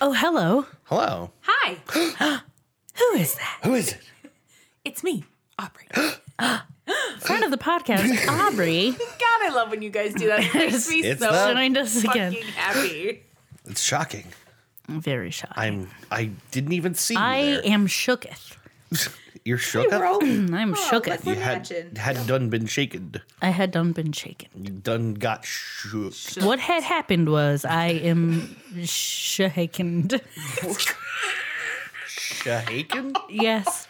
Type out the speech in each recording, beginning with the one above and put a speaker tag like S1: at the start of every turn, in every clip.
S1: Oh, hello.
S2: Hello.
S3: Hi,
S1: Who is that?
S2: Who is it?
S3: it's me, Aubrey.
S1: Friend of the podcast, Aubrey.
S3: God, I love when you guys do that. It makes me
S2: It's
S3: so
S2: that-
S1: Joined us again.
S3: fucking happy.
S2: It's shocking.
S1: Very shy.
S2: I'm. I didn't even see
S1: I
S2: you there.
S1: am shooketh.
S2: You're shook up.
S1: I'm shooketh.
S2: You had had done been shaken.
S1: I had done been shaken.
S2: You done got shook.
S1: What had happened was I am shaken.
S2: Shaken.
S1: Yes.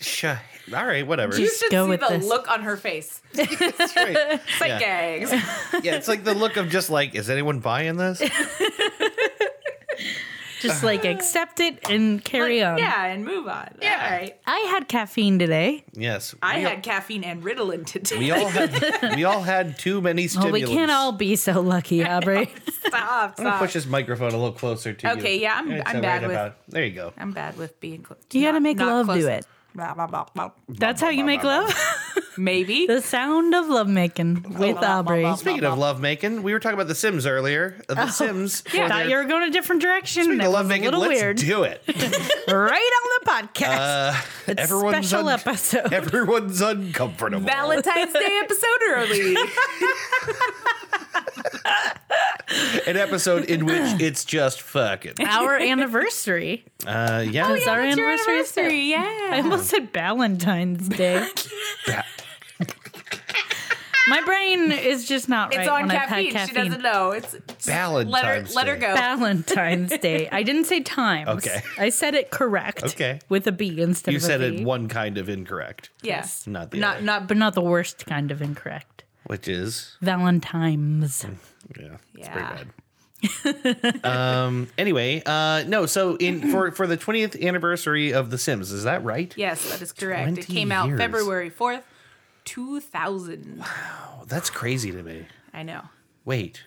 S2: Sh- all right, whatever.
S3: You
S1: Just
S3: should
S1: go
S3: see
S1: with
S3: the
S1: this.
S3: look on her face.
S2: That's right.
S3: It's like, gangs.
S2: Yeah, it's like the look of just like, is anyone buying this?
S1: Just like accept it and carry on.
S3: Yeah, and move on. Yeah. All right.
S1: I had caffeine today.
S2: Yes.
S3: I
S2: we,
S3: had caffeine and Ritalin today.
S2: we all had we all had too many
S3: Oh,
S1: Well,
S2: stimulants.
S1: we can't all be so lucky, Aubrey.
S3: Stop,
S2: I'm gonna
S3: stop.
S2: push this microphone a little closer to you.
S3: Okay, yeah, I'm-
S2: It's
S3: I'm
S2: all
S3: bad with-
S2: there you go.
S3: I'm bad with being close.
S1: You gotta make love do it.
S3: Blah, blah, blah, blah.
S1: That's how you make love?
S3: Maybe.
S1: the sound of lovemaking with Aubrey.
S2: Speaking of love making, we were talking about The Sims earlier.
S3: Oh.
S2: Uh, The Sims. for
S1: Thought
S2: their-
S1: you were going a different direction.
S2: speaking
S1: that
S2: of
S1: was
S2: love making.
S1: a little
S2: let's
S1: weird.
S2: do it.
S1: right on the podcast.
S2: Uh, everyone's
S1: special
S2: un-
S1: episode.
S2: Everyone's uncomfortable.
S3: Valentine's Day episode early.
S2: An episode in which it's just fucking.
S1: our anniversary.
S2: Uh,
S3: Oh,
S2: yeah.
S1: It's our
S3: Your
S1: anniversary.
S3: anniversary,
S1: I
S3: yeah.
S1: almost said Valentine's Day.
S2: Ba-
S1: My brain is just not right
S3: It's on
S1: when
S3: caffeine.
S1: I've had
S3: She
S1: caffeine.
S3: doesn't know. It's just
S2: Valentine's
S3: let her let her
S2: Day.
S3: go.
S1: Valentine's Day. I didn't say times.
S2: Okay.
S1: I said it correct.
S2: Okay.
S1: With a B instead
S2: You
S1: of
S2: said
S1: a B.
S2: it one kind of incorrect,
S3: Yes.
S2: not the
S3: Not
S2: other,
S3: not
S1: But not the worst kind of incorrect.
S2: which is
S1: Valentine's.
S2: Yeah. It's
S3: Yeah.
S2: pretty bad. um anyway, uh no, so in for for the 20th anniversary of The Sims, is that right?
S3: Yes, that is correct.
S2: 20
S3: It came out
S2: years.
S3: February 4th, 2000.
S2: Oh, that's crazy to me.
S3: I know.
S2: Wait.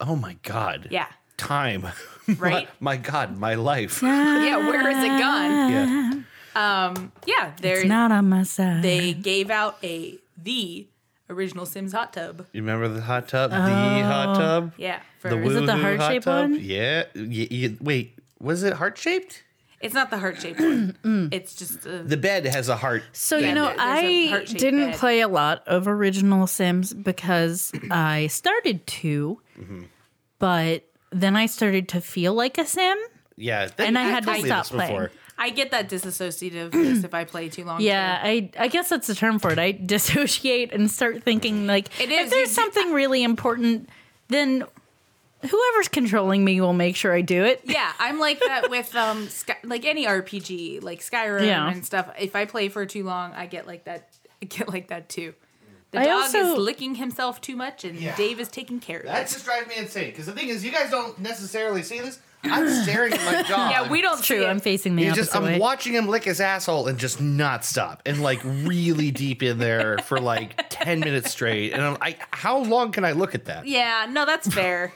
S2: Oh my god.
S3: Yeah.
S2: Time.
S3: Right?
S2: my, my god, my life.
S3: Yeah, where is it gone?
S2: yeah.
S3: Yeah, there
S1: It's not on my side.
S3: they gave out a the original Sims hot tub.
S2: You remember the hot tub?
S1: Oh.
S2: the hot tub?
S3: Yeah, for
S2: The
S1: it the
S2: woohoo hot
S1: heart-shaped
S2: tub?
S1: one?
S2: Yeah. Y- y- Wait, was it heart-shaped?
S3: it's not the heart shaped one. it's just uh, a,
S2: The bed has a heart.
S1: So you know,
S3: there- there's a
S1: I
S3: heart-shaped
S1: didn't
S3: bed.
S1: play a lot of original Sims because I started to, but then I started to feel like a Sim.
S2: Yeah.
S1: And I had to
S2: told me
S1: stop
S2: this before.
S3: I get that disassociativeness if I play too long.
S1: Yeah, I I guess that's the term for it. I dissociate and start thinking like
S3: It
S1: if
S3: is,
S1: there's
S3: you-
S1: something really important, then whoever's controlling me will make sure I do it.
S3: Yeah, I'm like that with um Sky, like any RPG, like Skyrim
S1: Yeah.
S3: and stuff. If I play for too long, I get like that. I get like that too. The
S1: I
S3: dog
S1: also-
S3: is licking himself too much, and Dave is taking care of
S2: That
S3: it.
S2: just drives me insane. Because the thing is, you guys don't necessarily see this. I'm staring at my dog.
S3: Yeah, we don't.
S1: It's true.
S3: see it.
S1: I'm facing the
S2: He's
S1: opposite
S2: just, I'm
S1: way.
S2: watching him lick his asshole and just not stop, and like really deep in there for like ten minutes straight. And I'm, I, how long can I look at that?
S3: Yeah, no, that's fair.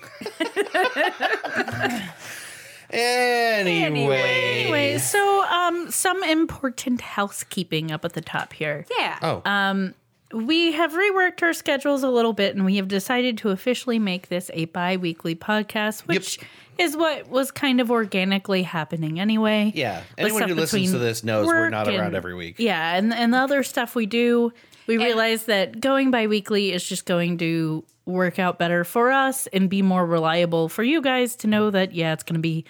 S2: Anyway,
S1: anyway, so um, some important housekeeping up at the top here.
S3: Yeah.
S2: oh,
S1: We have reworked our schedules a little bit and we have decided to officially make this a bi weekly podcast, which is what was kind of organically happening anyway.
S2: yeah.
S1: With
S2: Anyone
S1: stuff
S2: who listens
S1: between
S2: to this knows we're
S1: work
S2: not around
S1: and- e-
S2: every week.
S1: Yeah, and, and the other stuff we do, we realize that going bi weekly is just going to work out better for us and be more reliable for you guys to know that, yeah, it's going to be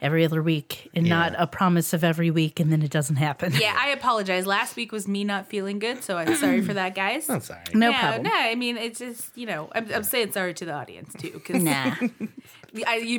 S1: every other week and not a promise of every week and then it doesn't happen.
S3: Yeah, I apologize. Last week was me not feeling good, so I'm sorry for that, guys.
S2: I'm sorry.
S1: No
S3: yeah,
S1: problem.
S3: No, I mean it's just you know I'm, I'm saying sorry to the audience too because
S1: Nah,
S3: they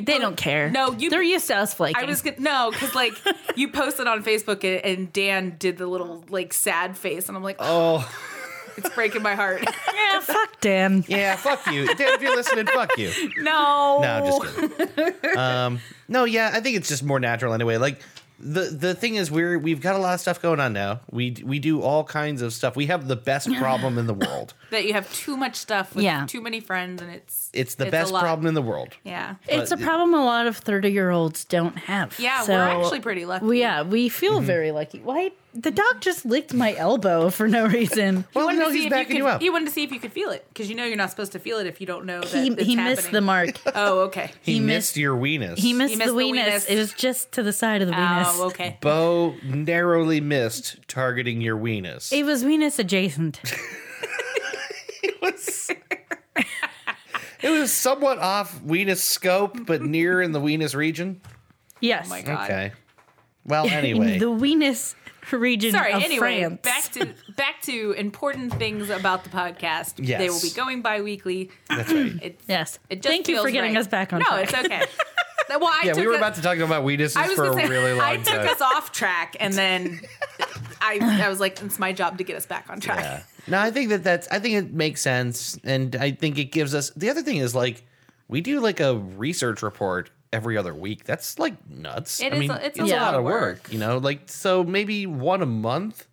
S1: they don't care.
S3: No, you.
S1: they're used to us flaking.
S3: I was gonna, no, because like you posted on Facebook and, and Dan did the little like sad face, and I'm like, oh,
S2: Oh,
S3: it's breaking my heart.
S1: yeah, fuck Dan.
S2: yeah. Fuck you, Dan. If you're listening, fuck you.
S3: no,
S2: No, just kidding. um, no, yeah, I think it's just more natural anyway. Like the the thing is, we're we've got a lot of stuff going on now. We we do all kinds of stuff. We have the best problem in the world.
S3: that you have too much stuff with
S1: Yeah.
S3: too many friends, and it's
S2: It's the
S3: It's a
S2: best
S3: lot.
S2: problem in the world.
S3: yeah,
S1: It's a
S2: But-
S1: problem a lot of 30 year olds don't have.
S3: yeah.
S1: So,
S3: we're actually pretty lucky.
S1: we- yeah, we feel
S2: Mm-hmm.
S1: very lucky. Why? The dog just licked my elbow for no reason.
S2: Well,
S3: Wanted to
S2: no,
S3: see
S2: he's
S3: if
S2: backing
S3: could,
S2: you, up.
S3: He wanted to see if you could feel it because you know you're not supposed to feel it if you don't know that
S1: he
S3: it's
S1: he missed the
S3: happening.
S1: mark.
S3: Oh, okay.
S2: he
S1: he
S2: missed your weenus.
S1: He missed missed
S3: missed
S1: the
S3: the
S1: weenus.
S3: weenus.
S1: It was just to the side of the weenus.
S3: Oh, okay.
S2: Bo narrowly missed targeting your weenus.
S1: It was weenus adjacent.
S3: Oh
S2: It was somewhat off weenus scope, but near in the weenus region.
S1: Yes.
S3: Oh my god.
S2: Okay. Well,
S1: In
S2: anyway,
S1: the weenus region
S3: Sorry.
S1: of
S3: anyway,
S1: France.
S3: back to back to important things about the podcast. They will
S2: Yes.
S3: be going bi-weekly.
S2: that's right.
S3: It,
S1: yes.
S3: it just
S1: Thank you for
S3: feels
S1: getting
S3: right.
S1: us back on
S3: No,
S1: track.
S3: it's okay. well, I
S2: Yeah,
S3: took
S2: we were
S3: a-
S2: about to talk about
S3: I
S2: weenuses
S3: was
S2: for
S3: gonna
S2: a
S3: say,
S2: really
S3: I
S2: long
S3: took
S2: time.
S3: us off track, and then I, I was like, it's my job to get us back on track.
S2: Yeah. No, I think that that's. I think it makes sense, and I think it gives us. The other thing is like, we do like a research report every other week. That's like nuts.
S3: It
S2: I
S3: is
S2: mean,
S3: a- it's
S2: it's
S3: a
S2: a
S1: lot
S2: lot
S1: of
S2: of work, you know. Like, so maybe one a month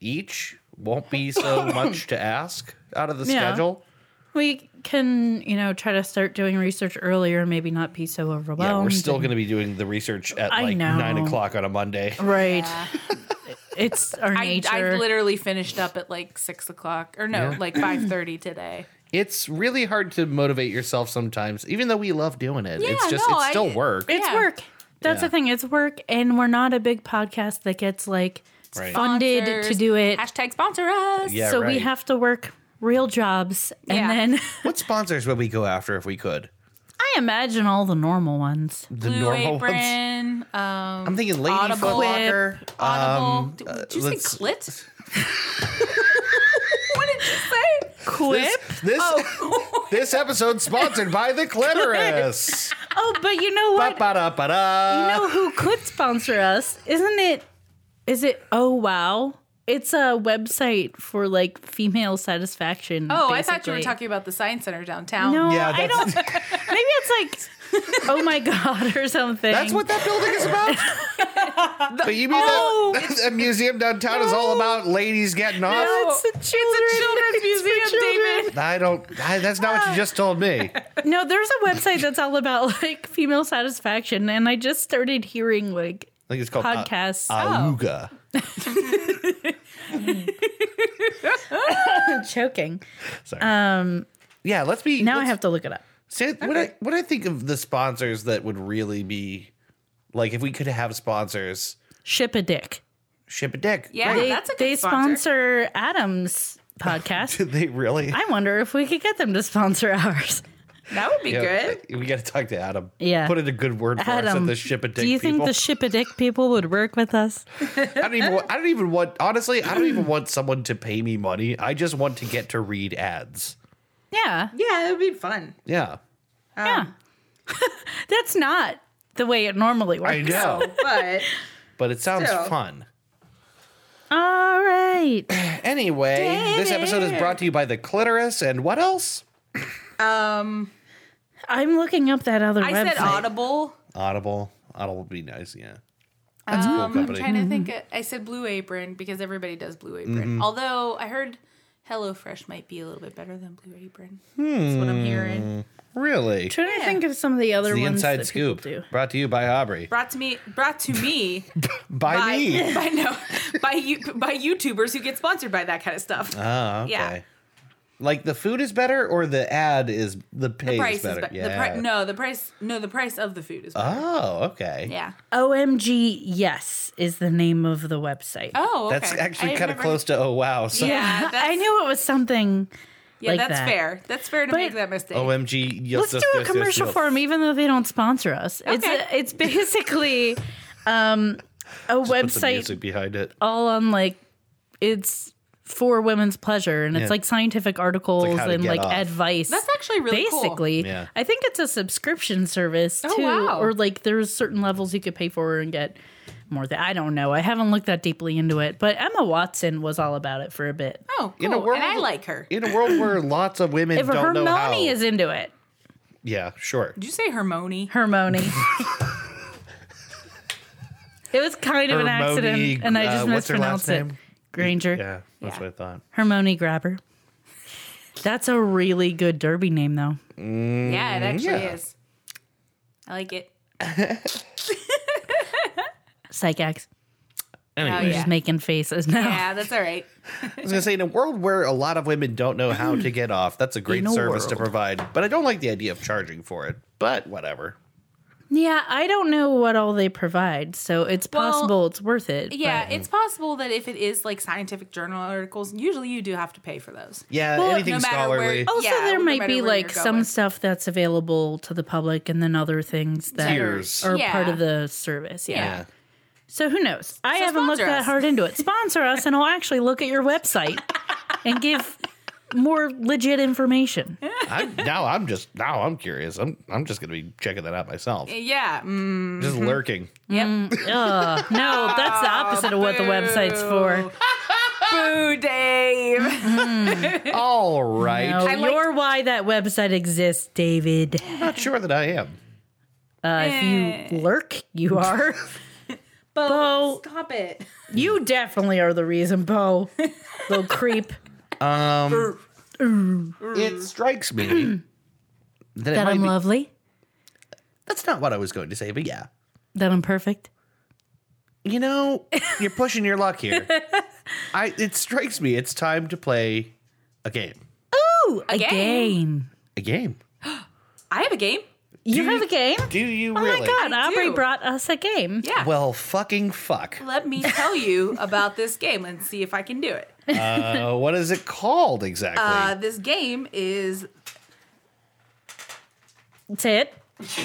S2: each won't be so much to ask out of the
S1: Yeah.
S2: schedule.
S1: we can, you know, try to start doing research earlier and maybe not be so overwhelmed.
S2: Yeah,
S3: Um,
S2: we're still going to be doing the research at
S1: I
S2: like
S1: know.
S2: nine o'clock on a Monday.
S1: Right. It's our
S3: I,
S1: nature.
S3: I literally finished up at like six o'clock, or no, like five thirty today.
S2: It's really hard to motivate yourself sometimes, even though we love doing it. it's
S3: Yeah,
S2: just
S3: no,
S2: it's
S3: I-
S2: still work.
S1: It's
S3: Yeah.
S1: work. That's
S2: Yeah.
S1: the thing. It's work, and we're not a big podcast that gets like
S2: Right.
S1: funded to
S3: Sponsors.
S1: do it.
S3: Hashtag sponsor us.
S2: Yeah,
S1: so we
S2: right.
S1: have to work real jobs, and
S3: Yeah.
S1: then
S2: what sponsors would we go after if we could?
S1: I imagine all the normal ones.
S2: The
S3: Blue
S2: normal ones.
S3: Apron. Um,
S2: I'm thinking Lady
S3: Audible.
S2: Foot Locker.
S3: Audible.
S2: um,
S3: did,
S2: uh,
S3: did you say
S2: let's-
S3: clit? what did you say?
S2: This this,
S3: Oh.
S2: this episode sponsored by the clitoris.
S1: Oh, but you know what?
S2: Ba-ba-da-ba-da.
S1: you know who could sponsor us? Isn't it? Is it? Oh wow! It's a website for like female satisfaction.
S3: Oh, I thought you were
S1: basically.
S3: talking about the science center downtown.
S1: No,
S2: Yeah,
S1: I don't.
S2: that's-
S1: Maybe it's like, oh my god, or something.
S2: That's what that building is about. but you mean
S1: No.
S2: that
S3: Oh.
S2: that museum downtown is all about ladies getting off?
S1: That's the children.
S3: Children's
S1: It's for
S3: Museum,
S1: children.
S3: David.
S2: I don't. I, that's not what you just told me.
S1: No, there's a website that's all about like female satisfaction, and I just started hearing like
S2: I think it's called uh,
S1: podcasts.
S3: Oh.
S2: Auga.
S1: I'm Oh, choking.
S2: Sorry. yeah, let's be.
S1: Um, Now I
S2: let's-
S1: have to look it up.
S2: Say, what I what I think of the sponsors that would really be like if we could have sponsors,
S1: Ship a dick.
S2: ship a dick.
S3: Yeah,
S2: Great.
S3: that's a good
S1: They
S3: sponsor.
S1: sponsor Adam's podcast.
S2: Did they really?
S1: I wonder if we could get them to sponsor ours.
S3: That would be
S2: Yeah,
S3: good.
S2: We got to talk to Adam.
S1: Yeah.
S2: Put in a good word for us
S1: Adam,
S2: at the ship a dick
S1: do you
S2: people.
S1: think the ship a dick people would work with us?
S2: I don't even. wa- I don't even want. Honestly, I don't even want someone to pay me money. I just want to get to read ads.
S1: Yeah,
S3: Yeah, it would be fun.
S2: Yeah.
S1: yeah.
S2: Um,
S1: that's not the way it normally works.
S2: I know,
S3: but
S2: but it sounds
S3: Still.
S2: fun.
S1: All right.
S2: Anyway, this episode is
S3: David.
S2: brought to you by the clitoris and what else?
S3: um,
S1: I'm looking up that other
S3: I
S1: website.
S3: said Audible.
S2: Audible. Audible would be nice. Yeah.
S3: That's
S2: cool
S3: I'm
S2: company.
S3: trying
S1: Mm-hmm.
S3: to think. Of, I said Blue Apron because everybody does Blue Apron.
S2: Mm-hmm.
S3: Although I heard HelloFresh might be a little bit better than Blue Apron. That's what I'm
S2: Hmm.
S3: hearing.
S2: Really.
S1: Trying to think of some of the other
S2: The
S1: ones
S2: inside
S1: that people
S2: scoop
S1: do.
S2: brought to you by Aubrey.
S3: Brought to me, brought to me
S2: By,
S3: by
S2: me.
S3: by no by you by YouTubers who get sponsored by that kind of stuff.
S2: Oh, okay.
S3: Yeah.
S2: Like the food is better or the ad is the pay
S3: price
S2: is better.
S3: is be- the pri- no the price no the price of the food is better.
S2: Oh, okay.
S3: yeah.
S1: OMG Yes is the name of the website. Uh,
S3: Oh, okay.
S2: That's
S3: I
S2: actually
S3: had
S2: kind of
S3: never-
S2: close to oh wow. So
S3: yeah, that's-
S1: I knew it was something.
S3: Yeah,
S1: like
S3: that's
S1: that.
S3: fair. That's fair to make that mistake.
S2: Oh, OMG. Yes,
S1: Let's
S2: yes,
S1: do a
S2: yes, yes,
S1: commercial
S2: yes.
S1: for them, even though they don't sponsor us. It's
S3: Okay.
S1: a, it's basically um, a
S2: Put the
S1: website
S2: music behind it.
S1: all on like it's for women's pleasure, and it's
S2: Yeah.
S1: like scientific articles
S2: how to
S1: and
S2: get
S1: like
S2: off.
S1: advice.
S3: That's actually really cool.
S1: basically.
S2: Yeah.
S1: I think it's a subscription service too,
S3: Oh, wow.
S1: or like there's certain levels you could pay for and get more. That I don't know. I haven't looked that deeply into it, but Emma Watson was all about it for a bit.
S3: oh, cool.
S2: In a world-
S3: and I like her. Did
S2: In a world where lots of women
S1: If
S2: don't
S1: Hermione
S2: know how.
S1: is into it,
S2: yeah, sure.
S3: you say Hermione?
S1: Hermione. it was kind of an
S2: Hermione,
S1: accident, and I just
S2: uh, what's her last
S1: mispronounced it.
S2: name?
S1: Granger,
S2: Yeah, that's
S3: Yeah.
S2: what I thought.
S1: Hermione Grabber. That's a really good derby name, though.
S3: yeah, it actually
S2: Mm, yeah.
S3: is. I like it.
S1: Psychax.
S3: Oh,
S2: Anyway,
S3: yeah.
S1: Just making faces now.
S3: Yeah, that's all right.
S2: I was gonna say in a world where a lot of women don't know how to get off, that's a great
S1: In a
S2: service to
S1: world.
S2: provide. But I don't like the idea of charging for it. But whatever.
S1: Yeah, I don't know what all they provide, so it's
S3: Well,
S1: possible it's worth it.
S3: Yeah,
S1: but-
S3: it's possible that if it is like scientific journal articles, usually you do have to pay for those.
S2: Yeah,
S1: Well,
S2: anything
S3: no matter where-
S2: scholarly.
S3: Oh,
S1: also
S3: yeah,
S1: there
S3: no
S1: might
S3: matter
S1: be
S3: where
S1: like
S3: you're
S1: some
S3: going.
S1: stuff that's available to the public, and then other things that
S2: Tiers.
S1: are
S3: Yeah.
S1: part of the service. Yeah.
S3: Yeah.
S1: So who knows? I haven't looked
S3: sponsor
S1: that
S3: us.
S1: hard into it. Sponsor us, and I'll actually look at your website and give more legit information.
S2: I'm, now I'm just now I'm curious. I'm I'm just gonna be checking that out myself.
S3: Yeah. Mm,
S2: Just lurking.
S3: yep.
S1: Ugh, no, that's the opposite of what the website's for.
S3: Boo, Dave.
S2: All right.
S1: No,
S3: like-
S1: you're why that website exists, David.
S2: I'm not sure that I am.
S1: Uh, if you lurk, you are.
S3: Eh. Bo,
S1: Bo.
S3: stop it.
S1: You definitely are the reason, Bo. Little creep.
S2: Um, it strikes me that, it
S1: That
S2: might
S1: I'm
S2: be-
S1: lovely.
S2: That's not what I was going to say, but yeah.
S1: That I'm perfect.
S2: You know, you're pushing your luck here. I it strikes me it's time to play a game.
S1: Ooh, a,
S3: game.
S1: game.
S2: A game.
S3: I have a game.
S1: You
S2: Dude.
S1: have a game?
S2: Do you
S1: Oh
S2: really?
S1: my god,
S3: I
S1: Aubrey
S3: do.
S1: brought us a game.
S3: Yeah.
S2: Well, fucking fuck.
S3: Let me tell you about this game and see if I can do it.
S2: Uh, what is it called exactly?
S3: Uh, this game is
S1: Say it.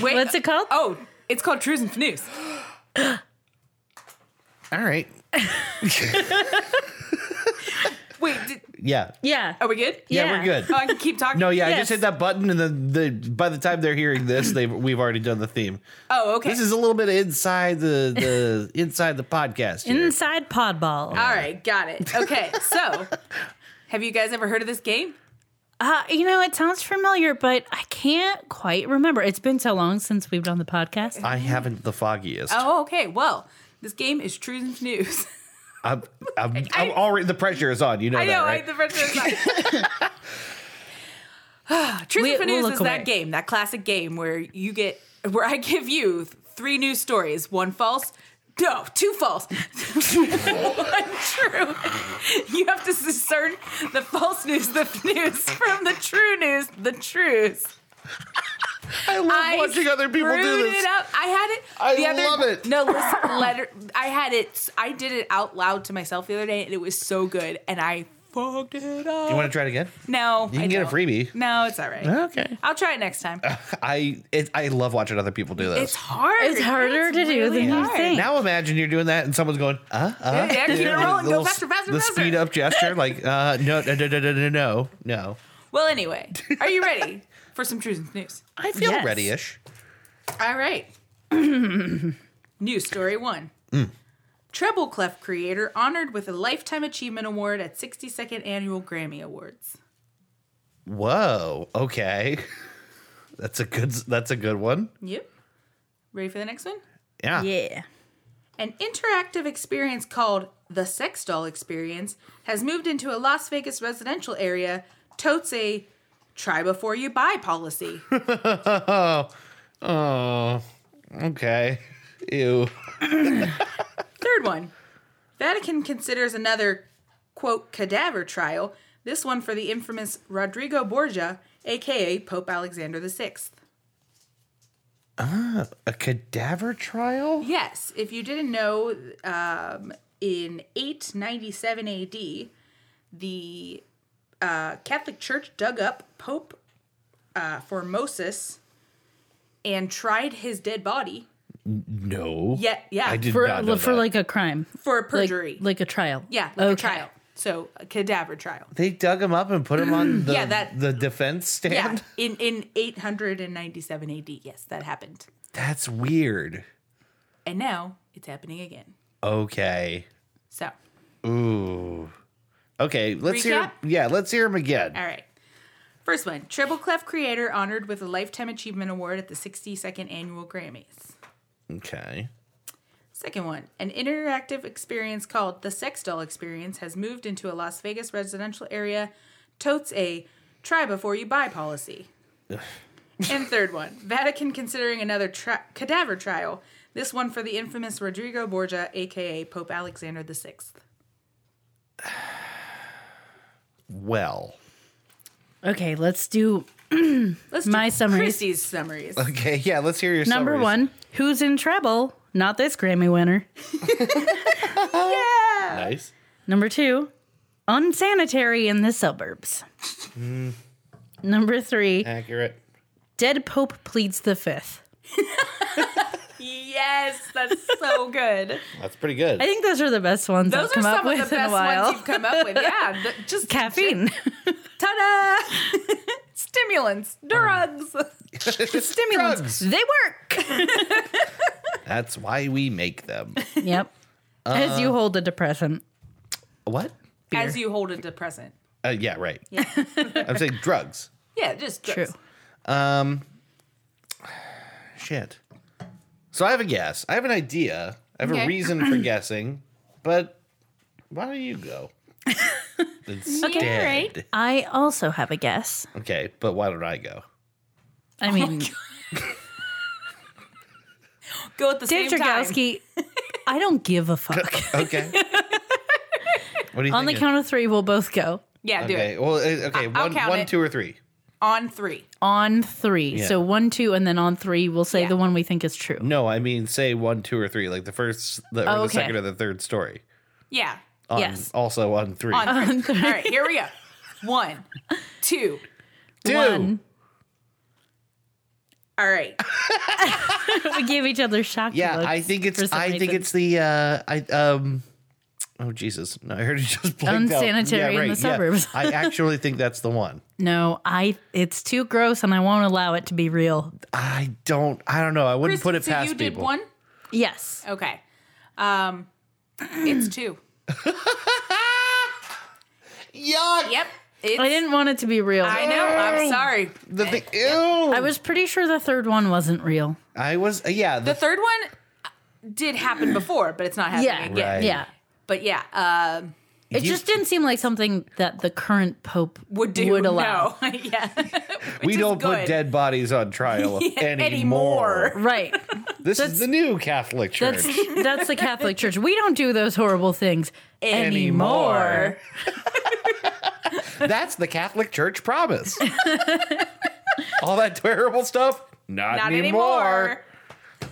S3: wait.
S1: What's it called?
S3: Oh, it's called Trues and News.
S2: All right.
S3: Wait, did,
S2: Yeah.
S1: Yeah.
S3: are we good?
S2: Yeah, we're
S1: Yeah.
S2: good.
S3: Oh, I can keep talking.
S2: No, yeah, I
S1: Yes.
S2: just hit that button, and then the by the time they're hearing this, they we've already done the theme.
S3: Oh, okay.
S2: This is a little bit inside the the inside the podcast. Here.
S1: Inside Podball.
S3: All right, got it. Okay, so have you guys ever heard of this game?
S1: Uh, you know, it sounds familiar, but I can't quite remember. It's been so long since we've done the podcast.
S2: I haven't the foggiest.
S3: Oh, okay. Well, this game is Trues and News.
S2: I'm, I'm, I'm already the pressure is on. You know,
S3: I
S2: that,
S3: know,
S2: right?
S3: I, the French is not. Truth
S1: We-
S3: and
S1: we'll
S3: News
S1: look
S3: is
S1: away.
S3: that game, that classic game where you get, where I give you three news stories, one false. No, two false, one true. You have to discern the false news, the news from the true news, the truth.
S2: I love watching other people do
S3: screwed
S2: this.
S3: It up. I had it.
S2: I
S3: the other,
S2: love it.
S3: No, listen, letter. I had it. I did it out loud to myself the other day, and it was so good, and I fucked it up.
S2: You want to try it again?
S3: No,
S2: You
S3: I
S2: can get a
S3: don't.
S2: freebie.
S3: No, it's all right.
S2: Okay.
S3: I'll try it next time.
S2: I it, I love watching other people do this.
S3: It's hard.
S1: It's harder to do than you
S3: hard.
S1: think.
S2: now imagine you're doing that and someone's going, uh, uh.
S3: Yeah, keep it
S2: the
S3: rolling, go
S2: little
S3: faster,
S2: s-
S3: faster,
S2: The
S3: faster.
S2: speed up gesture, like, uh, no, no, no, no, no, no, no.
S3: Well, anyway, are you ready for some truth and news?
S2: I feel
S1: Yes.
S2: ready-ish.
S3: All right. News story one.
S2: Mm.
S3: Treble clef creator honored with a lifetime achievement award at 62nd annual Grammy Awards.
S2: Whoa. Okay. That's a good. That's a good one.
S3: Yep. Ready for the next one?
S2: Yeah.
S1: Yeah.
S3: An interactive experience called the Sex Doll Experience has moved into a Las Vegas residential area, totes a try before you buy policy.
S2: Oh. Okay. Ew.
S3: Third one Vatican considers another, quote, cadaver trial, this one for the infamous Rodrigo Borgia, aka Pope Alexander VI.
S2: A cadaver trial?
S3: Yes, if you didn't know, um, in 897 AD, the uh, Catholic Church dug up Pope uh, Formosus and tried his dead body.
S2: No.
S3: Yeah, yeah,
S2: I did
S1: For,
S2: not know
S1: for
S2: that.
S1: like a crime.
S3: for
S1: Like,
S3: perjury.
S1: like a trial.
S3: yeah, like a
S1: Okay.
S3: trial. So a cadaver trial.
S2: They dug him up and put him on the
S3: Yeah, that-
S2: the defense stand.
S3: Yeah, in in 897 AD. Yes, that happened.
S2: That's weird.
S3: And now it's happening again.
S2: Okay.
S3: So,
S2: Ooh. Okay, let's hear
S3: Recap?
S2: Yeah, let's hear him again.
S3: all right. First one, Treble Clef creator honored with a lifetime achievement award at the 62nd annual Grammys.
S2: Okay.
S3: Second one, an interactive experience called the Sex Doll Experience has moved into a Las Vegas residential area, totes a try before you buy policy. and third one, Vatican considering another tri- cadaver trial, this one for the infamous Rodrigo Borgia, aka Pope Alexander VI.
S2: Well,
S1: Okay, let's do
S3: Let's
S1: My summaries.
S3: Christy's summaries.
S2: Okay, yeah, let's hear your
S1: number
S2: summaries.
S1: one. Who's in trouble? Not this Grammy winner.
S2: Nice.
S1: Number two, unsanitary in the suburbs. Number three,
S2: Accurate.
S1: dead Pope pleads the fifth.
S3: Yes, that's so good.
S2: That's pretty good.
S1: I think those are the best ones
S3: Those
S1: I've
S3: are
S1: come up
S3: some
S1: with
S3: of the
S1: in a
S3: best
S1: while.
S3: ones you've come up with. Yeah, th- just
S1: Caffeine.
S3: ta-da! Stimulants, drugs.
S1: Stimulants.
S2: Drugs.
S1: They work.
S2: That's why we make them.
S1: yep. As you hold a depressant.
S2: what?
S3: As you hold a depressant.
S2: Uh, yeah, right. I'm saying drugs.
S3: Yeah, just drugs.
S1: True.
S2: Um, shit. So I have a guess. I have an idea. I have
S3: Okay.
S2: a reason for guessing, but why don't you go? Instead.
S3: right.
S1: I also have a guess.
S2: Okay, but why don't I go?
S1: I
S3: Oh
S1: mean,
S3: Go at the
S1: Dave
S3: same time.
S1: Dragowski, I don't give a fuck.
S2: Okay. what do you
S1: On the
S2: think?
S1: count of three, we'll both go.
S3: Yeah, do
S2: Okay.
S3: it
S2: Well, uh, okay.
S3: I'll
S2: One,
S3: count
S2: one,
S3: it.
S2: two, or three.
S3: on three.
S1: On three.
S2: Yeah.
S1: So one, two, and then on three, we'll say
S3: Yeah.
S1: the one we think is true.
S2: No, I mean say one, two, or three, like the first, the, or the
S1: Okay.
S2: second, or the third story.
S3: Yeah,
S2: On,
S1: Yes.
S2: Also on three.
S3: on three.
S1: On three.
S3: All right, here we go. One, two.
S2: two.
S1: One.
S3: All right.
S1: we gave each other shock.
S2: Yeah,
S1: looks
S2: I think
S1: for
S2: it's.
S1: some
S2: I think
S1: reason.
S2: it's the. Uh, I um. Oh Jesus! No, I heard it just blanked out.
S1: Unsanitary in the suburbs.
S2: I actually think that's the one.
S1: no. I it's too gross, and I won't allow it to be real.
S2: I don't. I don't know. I wouldn't put it
S3: so
S2: past
S3: you
S2: people.
S3: did one?
S1: Yes,
S3: Okay. Um, it's two.
S2: Yuck!
S3: Yep. It's,
S1: I didn't want it to be real.
S3: I
S1: I,
S3: know. I'm
S2: Ew.
S3: sorry.
S2: The thing. Ew. I was.
S1: was pretty sure the third one wasn't real.
S2: I was. uh, Yeah.
S3: The
S2: The,
S3: third one uh, did happen before, but it's not happening
S1: Yeah,
S3: again.
S2: Right.
S1: yeah.
S3: But yeah, um,
S1: It
S2: You-
S1: just didn't seem like something that the current pope
S3: would do.
S1: would allow.
S3: No. yeah.
S2: we
S3: is
S2: don't put
S3: good.
S2: dead bodies on trial anymore.
S3: Anymore.
S1: Right.
S2: This is the new Catholic Church.
S1: That's that's the Catholic Church. We don't do those horrible things anymore.
S2: Anymore. That's the Catholic Church promise. All that terrible stuff. Not,
S3: Not
S2: anymore.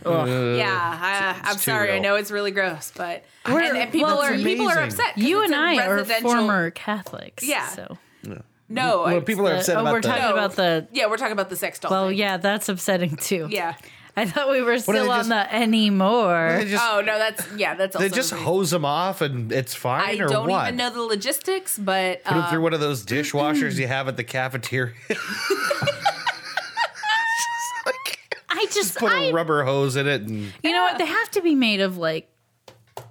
S3: anymore. yeah, I, I'm
S2: it's too
S3: sorry. I
S2: real.
S3: know it's really gross, but and, and people
S1: well,
S3: are
S1: it's
S3: people are
S2: amazing.
S3: upset. 'cause
S1: You
S3: it's
S1: and
S3: a
S1: I are
S3: residential-
S1: former Catholics.
S3: Yeah.
S1: So.
S3: No,
S2: Well,
S3: it's-
S2: people are
S1: The-
S2: upset
S1: oh,
S2: about
S1: we're
S2: that.
S1: talking about the.
S3: Yeah, we're talking about the sex doll.
S1: Oh,
S3: thing.
S1: yeah, that's upsetting too.
S3: yeah.
S1: I thought we were still on
S2: just-
S1: the anymore.
S2: They just,
S3: Oh no, that's yeah, that's also
S2: they just
S3: really-
S2: hose them off and it's
S3: I
S2: fine or
S3: don't
S2: what?
S3: even know the logistics, but
S2: Put
S3: uh,
S2: them through one of those dishwashers you have at the cafeteria.
S1: I just,
S2: Put
S1: I,
S2: a rubber hose in it and
S1: you know what? They have to be made of like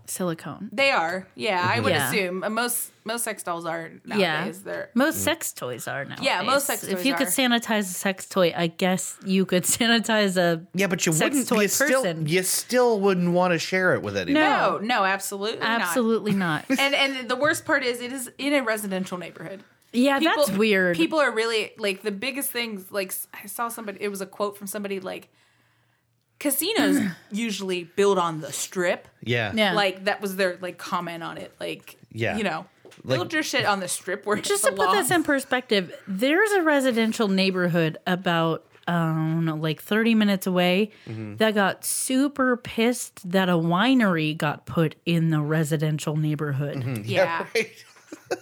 S1: silicone.
S3: they are. Yeah, I would
S1: Yeah.
S3: assume Uh, most most sex dolls are
S1: Yeah.
S3: nowadays. They're
S1: Most
S2: Mm.
S1: sex toys are now.
S3: Yeah, most sex
S1: If
S3: toys
S1: you could
S3: are.
S1: sanitize a sex toy, I guess you could sanitize a.
S2: yeah, but you
S1: Sex
S2: wouldn't.
S1: toy
S2: you still
S1: person.
S2: you still wouldn't want to share it with anyone.
S3: no, no, absolutely, absolutely.
S1: Absolutely not.
S3: And and the worst part is it is in a residential neighborhood.
S1: yeah, that's weird.
S3: People are really like the biggest things. Like I saw somebody. It was a quote from somebody like. Casinos usually build on the strip.
S2: Yeah.
S1: Yeah.
S3: Like that was their like comment on it. Like
S2: Yeah.
S3: you know,
S2: Like-
S3: build your shit on the strip where
S1: just to put this in perspective, there's a residential neighborhood about I don't know, like 30 minutes away that got super pissed that a winery got put in the residential neighborhood.
S3: yeah,
S2: Right?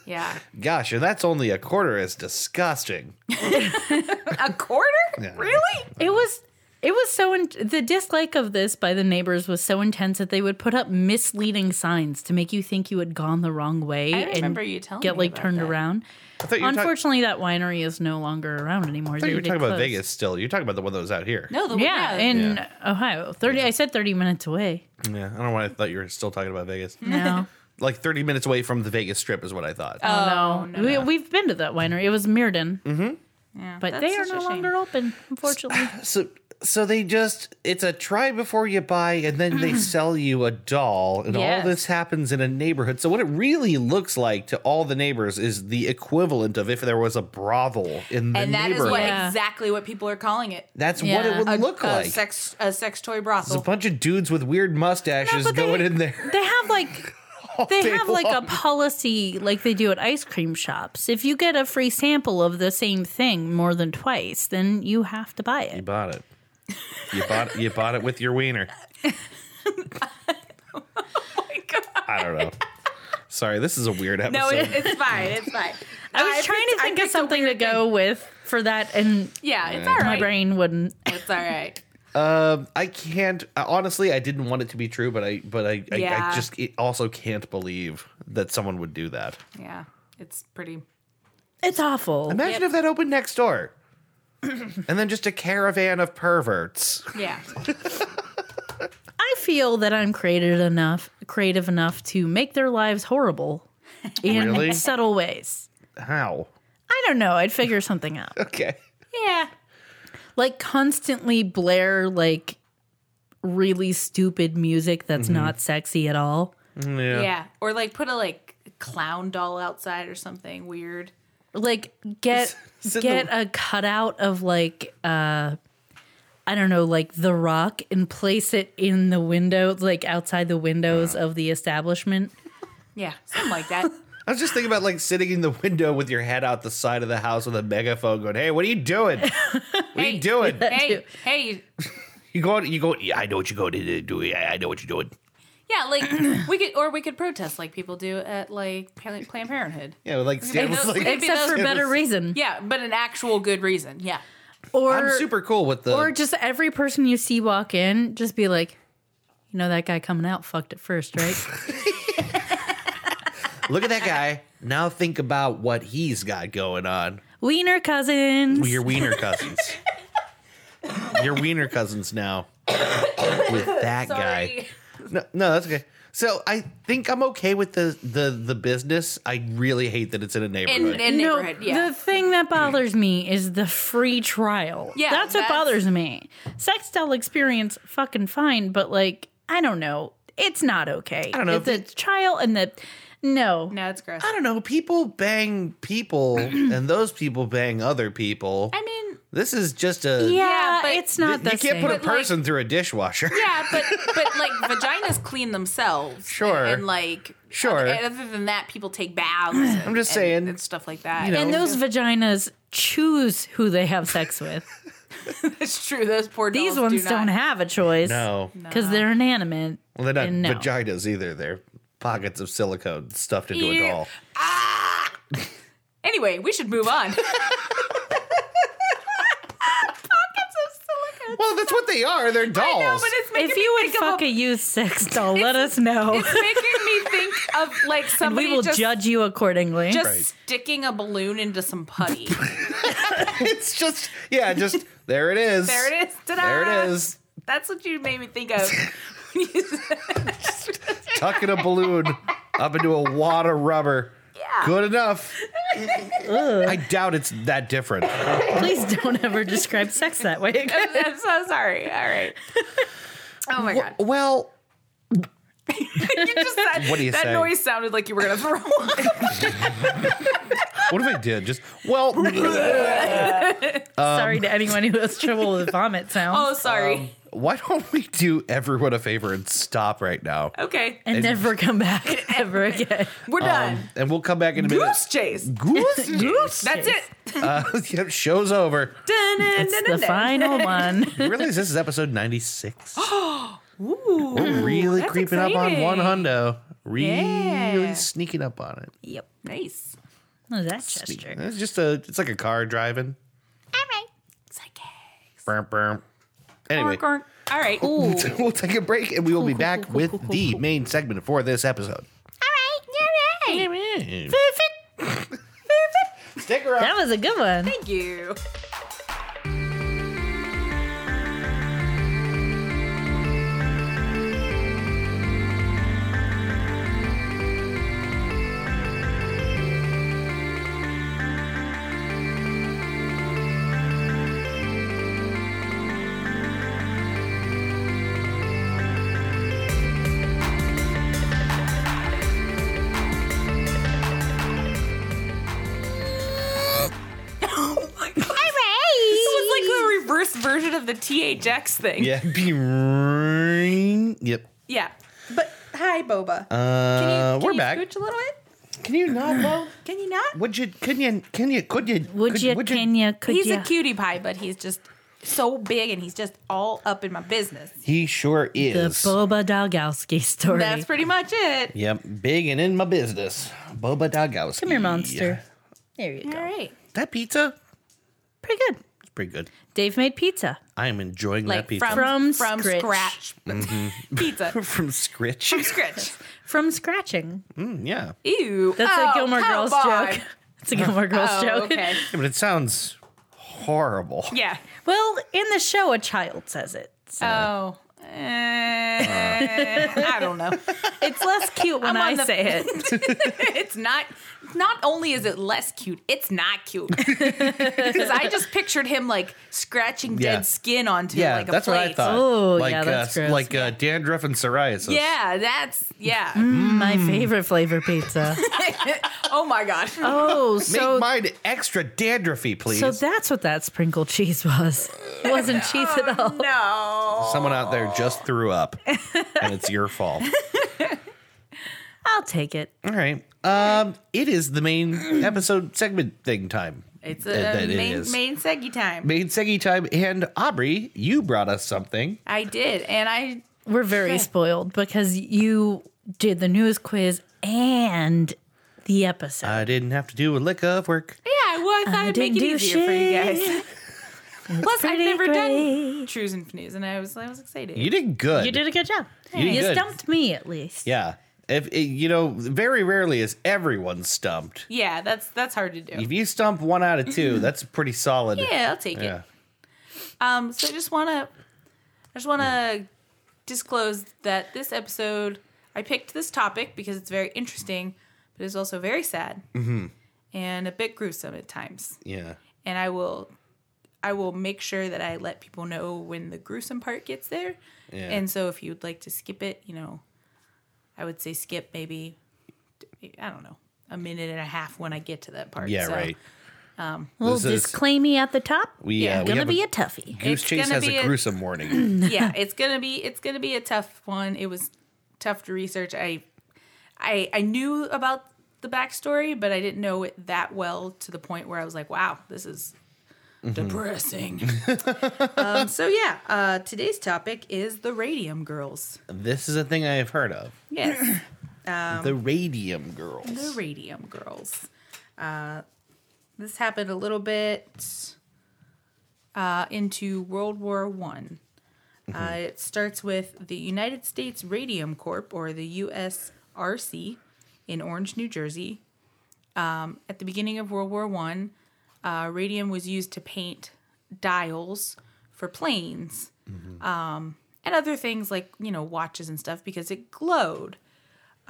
S3: yeah.
S2: Gosh, and that's only a quarter. It's disgusting.
S3: A quarter? Really?
S1: It was it was so in- the dislike of this by the neighbors was so intense that they would put up misleading signs to make you think you had gone the wrong way
S3: I
S1: and
S3: remember you telling
S1: get
S3: me
S1: like
S3: about
S1: turned
S3: that.
S1: around.
S2: I thought you were, talk- I
S1: Unfortunately, that winery is no longer around anymore.
S2: thought
S1: They
S2: you were
S1: did
S2: talking about
S1: close.
S2: Vegas still. You're talking about the one that was out here.
S3: No, the
S1: Yeah, in Ohio. 30 I said 30 minutes away.
S2: Yeah, I don't know why I thought you were still talking about Vegas.
S1: No. Oh.
S2: like 30 minutes away from the Vegas Strip is what I thought.
S3: Oh,
S1: no, we, We've been to that winery. It was Mirrodin, but they are no longer open, unfortunately.
S2: so so they just it's a try before you buy and then they sell you a doll and
S1: Mm-hmm. Yes.
S2: all this happens in a neighborhood. So what it really looks like to all the neighbors is the equivalent of if there was a brothel in the
S3: And that is
S2: neighborhood.
S3: what
S1: Yeah.
S3: exactly what people are calling it.
S2: That's what
S1: Yeah.
S2: it would
S1: A-
S2: look
S3: a
S2: like.
S3: sex a sex toy
S2: It's a
S3: brothel.
S2: bunch of dudes with weird mustaches
S1: No, but
S2: going
S1: they-
S2: in there.
S1: they have like
S2: all
S1: Oh, They
S2: day
S1: have like a
S2: long.
S1: policy, like they do at ice cream shops. If you get a free sample of the same thing more than twice, then you have to buy
S2: You
S1: it.
S2: bought it. You bought you bought it with your wiener.
S3: Oh my God.
S2: I don't know. Sorry, this is a weird episode.
S3: No, it, it's fine. It's fine.
S1: I was trying
S3: picked-
S1: to think of
S3: picked a
S1: something to
S3: weird
S1: go with for that, and
S3: thing. Yeah, it's all right.
S1: my brain wouldn't.
S3: It's all right.
S2: Um, I can't. I- Honestly, I didn't want it to be true, but I, but I, I, I
S3: Yeah.
S2: just it also can't believe that someone would do that.
S3: Yeah, it's pretty.
S1: It's awful.
S2: Imagine
S3: Yep.
S2: if that opened next door, and then just a caravan of perverts.
S3: Yeah.
S1: I feel that I'm creative enough, creative enough to make their lives horrible in
S2: Really?
S1: subtle ways.
S2: How?
S1: I don't know. I'd figure something out.
S2: Okay.
S3: Yeah.
S1: like constantly blare like really stupid music that's
S2: Mm-hmm.
S1: not sexy at all.
S3: Yeah. Or like put a like clown doll outside or something weird.
S1: Like get
S2: Is it
S1: get a cutout of like uh I don't know, like the rock and place it in the window, like outside the windows of the establishment.
S3: Yeah, something like that.
S2: I was just thinking about like sitting in the window with your head out the side of the house with a megaphone, going, "Hey, what are you doing? What are
S3: Hey.
S2: you doing?
S3: hey,
S1: too.
S3: hey.
S2: You going? You going? Yeah, I know what you're going to do. Yeah, I know what you're doing.
S3: Yeah, like we could, or we could protest like people do at like Pla- Planned Parenthood.
S2: Yeah, like, Stan was
S3: those-
S2: like
S3: Maybe
S1: Except for
S3: those-
S1: better reason.
S3: Yeah, but an actual good reason. Yeah.
S1: Or
S2: I'm super cool with the
S1: or just every person you see walk in, just be like, you know that guy coming out fucked at first, right?
S2: Look at that guy. Now think about what he's got going on.
S1: Wiener cousins.
S2: Your wiener cousins. Your wiener cousins now. With that guy.
S3: Sorry.
S2: No, no, that's okay. So I think I'm okay with the the the business. I really hate that it's in a neighborhood.
S3: In, in neighborhood. Yeah.
S1: The thing that bothers me is the free trial.
S3: Yeah,
S1: That's what
S3: that's-
S1: bothers me. Sex doll experience, fucking fine, but like, I don't know. It's not okay. I
S2: don't know if
S1: The trial and the. No.
S3: no, it's gross.
S2: I don't know. People bang people, and those people bang other people.
S3: I mean,
S2: this is just a.
S1: Yeah,
S3: Yeah, but-
S1: it's not the
S2: you can't
S1: same.
S2: put a
S3: But, like-
S2: person through a dishwasher.
S3: yeah, but but like vaginas clean themselves.
S2: Sure.
S3: And, like
S2: Sure.
S3: And other than that, people take baths. And,
S2: I'm just
S3: and-
S2: saying,
S3: and stuff like that.
S2: you know.
S1: and those vaginas choose who they have sex with.
S3: it's true. Those poor
S1: These
S3: dolls
S1: ones
S3: do
S1: do not
S3: not-
S1: have a choice.
S2: No.
S1: Because they're inanimate.
S2: Well, they're not
S1: And no.
S2: vaginas either. They're pockets of silicone stuffed into
S3: Ew.
S2: a doll.
S3: Anyway, we should move on.
S2: Well, that's what they are. They're dolls.
S3: I know, but it's making
S1: If
S3: me
S1: you would
S3: think
S1: fuck
S3: of
S1: a
S3: a,
S1: used sex doll, let us know.
S3: it's making me think of like
S1: And
S3: somebody
S1: we will
S3: just,
S1: judge you accordingly.
S3: just
S2: Right.
S3: sticking a balloon into some putty.
S2: it's just yeah, just there it is.
S3: there it is. Ta-da!
S2: There it is.
S3: That's what you made me think of. when you said-
S2: Tucking a balloon up into a wad of rubber.
S3: Yeah.
S2: Good enough. I doubt it's that different.
S1: Please don't ever describe sex that way again.
S3: I'm so sorry. All right. Oh my god!
S2: Well,
S3: You just said,
S2: What do you
S3: that
S2: say?
S3: noise sounded like you were gonna throw up.
S2: what if I did? Just well,
S1: Sorry to anyone who has trouble with vomit sounds.
S3: Oh, sorry.
S2: why don't we do everyone a favor and stop right now?
S3: okay,
S1: and never come back ever again.
S3: we're done.
S2: And we'll come back in a minute.
S3: Goose chase.
S2: um, Goose. Goose.
S3: That's it.
S2: Uh, yep, show's over.
S1: It's the final one.
S2: You realize this is episode 96. We're really
S3: that's
S2: creeping up on one
S3: exciting.
S2: hundo. Really
S3: Yeah.
S2: sneaking up on it.
S1: Yep.
S3: Nice.
S1: What is that gesture?
S2: It's just a. It's like a car driving.
S3: Psychic.
S2: Burm, burm. Anyway,
S3: Gork, gork. All right.
S2: we'll take a break and we will be
S1: cool,
S2: back
S1: cool,
S2: with
S1: cool, cool,
S2: the
S1: cool.
S2: main segment for this episode.
S3: All right.
S2: Stick around.
S1: That was a good one.
S3: Thank you. Oh my god. All right. This was like the reverse version of the THX thing.
S2: Yeah. Beep. Yep.
S3: Yeah. But how Hi, Boba.
S2: Uh, we're
S3: you
S2: back.
S3: Scooch a little bit?
S2: Can you not, Bo?
S3: Can you not?
S2: Would you? Can you? Can you? Could you?
S1: Would
S2: could-
S1: you, can you, could
S3: he's
S1: ya?
S3: a cutie pie, but he's just so big and he's just all up in my business.
S2: He sure
S1: The
S2: is.
S1: Boba Dalgowski story.
S3: That's pretty much it.
S2: yep, big and in my business. Boba Dagowski.
S1: Come here, monster. There you
S3: All
S1: go.
S3: right.
S2: That pizza
S1: Pretty good.
S2: It's pretty good.
S1: Dave made pizza.
S2: I am enjoying that
S3: Like
S2: pizza Mm-hmm. from,
S3: from
S1: From
S3: from,
S1: scratch.
S3: scratch. Pizza.
S2: Scritch.
S3: scratch.
S1: From scratching.
S2: Mm, yeah. yeah,
S3: Ew.
S1: That's
S3: oh,
S1: a Gilmore
S3: come
S1: Girls
S3: on.
S1: joke. It's a Gilmore Girls
S3: Oh,
S1: joke.
S3: okay.
S2: but it sounds horrible.
S3: Yeah.
S1: Well, in the show, a child says it. So
S3: Oh. Eh, I don't know.
S1: it's less cute when
S3: I'm on
S1: I
S3: the-
S1: say it.
S3: It's not. Not only is it less cute, it's not cute because I just pictured him like scratching
S2: Yeah.
S3: dead skin onto
S2: Yeah,
S3: like a
S2: that's
S3: plate.
S2: what I thought.
S1: Oh,
S2: like,
S1: yeah, that's
S2: uh,
S1: gross.
S2: like uh, dandruff and psoriasis.
S3: Yeah, that's yeah.
S1: Mm. My favorite flavor pizza.
S3: oh my god.
S1: Oh,
S2: Make
S1: so
S2: mine extra dandruffy, please.
S1: so that's what that sprinkled cheese was. It wasn't cheese at all.
S3: No.
S2: Someone out there just threw up, and it's your fault.
S1: I'll take it.
S2: All right. Um, it is the main episode segment thing time.
S3: It's
S2: That-
S3: a
S2: that it
S3: main,
S2: is.
S3: main seggy time.
S2: main seggy time. And Aubrey, you brought us something.
S3: I did, and I
S1: We're very spoiled because you did the news quiz and the episode.
S2: I didn't have to do a lick of work.
S3: yeah, I was I would make
S1: didn't
S3: it
S1: do
S3: easier for you
S1: shit.
S3: guys. Plus, I've
S1: pretty
S3: never done
S1: great.
S3: trues and news, and I was I was excited.
S2: You did good.
S1: you did a good job. You,
S2: did good.
S1: stumped me at least.
S2: Yeah. If you know, very rarely is everyone stumped.
S3: yeah, that's that's hard to do.
S2: If you stump one out of two, that's pretty solid.
S3: Mm-hmm. Yeah, I'll take it.
S2: Yeah.
S3: Um, so I just wanna, I just wanna disclose that this episode I picked this topic because it's very interesting, but it's also very sad
S2: Mm-hmm.
S3: and a bit gruesome at times.
S2: Yeah.
S3: And I will, I will make sure that I let people know when the gruesome part gets there.
S2: Yeah.
S3: And so if you'd like to skip it, you know, I would say skip maybe, I don't know, a minute and a half when I get to that part.
S2: Yeah,
S3: So
S2: right.
S1: Well,
S2: This is-
S1: disclaimy at the top.
S2: We,
S3: Yeah.
S2: uh, we
S1: Gonna
S2: have
S1: be
S2: a,
S1: a toughie.
S2: goose
S3: It's
S2: chase
S3: gonna
S2: has
S3: be
S2: a
S3: a-
S2: gruesome warning.
S3: yeah, it's gonna be it's gonna be a tough one. It was tough to research. I I I knew about the backstory, but I didn't know it that well to the point where I was like, wow, this is depressing. um, so yeah, uh, today's topic is the Radium Girls.
S2: this is a thing I have heard of.
S3: Yes,
S2: the Radium Girls.
S3: Um, the Radium Girls. Uh, this happened a little bit uh, into World War One. Uh, it starts with the United States Radium Corp, or the USRC, in Orange, New Jersey. Um, at the beginning of World War One, uh, radium was used to paint dials for planes um, and other things like you know watches and stuff because it glowed.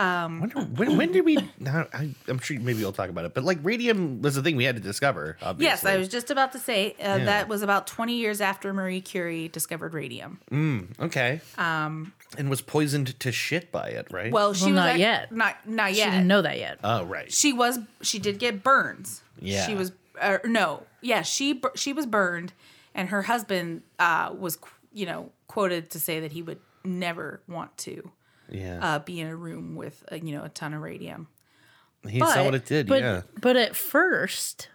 S2: Wonder- when, when did we? Now, I, I'm sure maybe we'll talk about it, but like radium was the thing we had to discover. Obviously,
S3: Yes, I was just about to say uh, that was about 20 years after Marie Curie discovered radium.
S2: okay. Um, and was poisoned to shit by it, right?
S3: Well, she
S1: Well,
S3: was
S1: not
S3: ac-
S1: yet.
S3: Not not
S1: She
S3: yet.
S1: didn't know that yet.
S2: oh right.
S3: She was. She did get burns.
S2: Yeah.
S3: She was. Uh, no. Yeah. She bur- she was burned, and her husband uh, was qu- you know quoted to say that he would never want to
S2: Yeah,
S3: uh, be in a room with uh, you know a ton of radium.
S2: he
S3: uh, but-
S2: saw what it did.
S1: But
S2: yeah,
S1: but at first,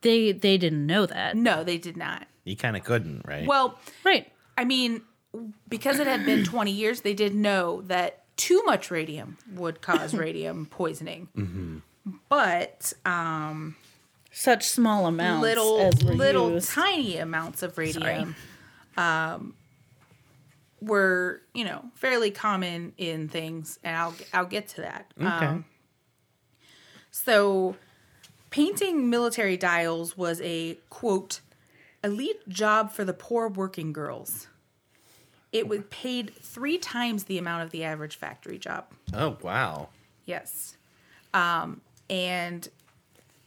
S1: they they didn't know
S2: Mm.
S1: that.
S3: No, they did not.
S2: he kind of couldn't, right?
S3: Well,
S1: Right.
S3: I mean, because it had been 20 years, they did know that too much radium would cause radium poisoning. But um,
S1: Such small amounts.
S3: little,
S1: as were
S3: little
S1: used.
S3: tiny amounts of radium um, were, you know, fairly common in things, and I'll I'll get to that.
S2: Mm-hmm.
S3: Um, so, painting military dials was a quote elite job for the poor working girls. It was paid three times the amount of the average factory job.
S2: oh wow.
S3: Yes. Um, and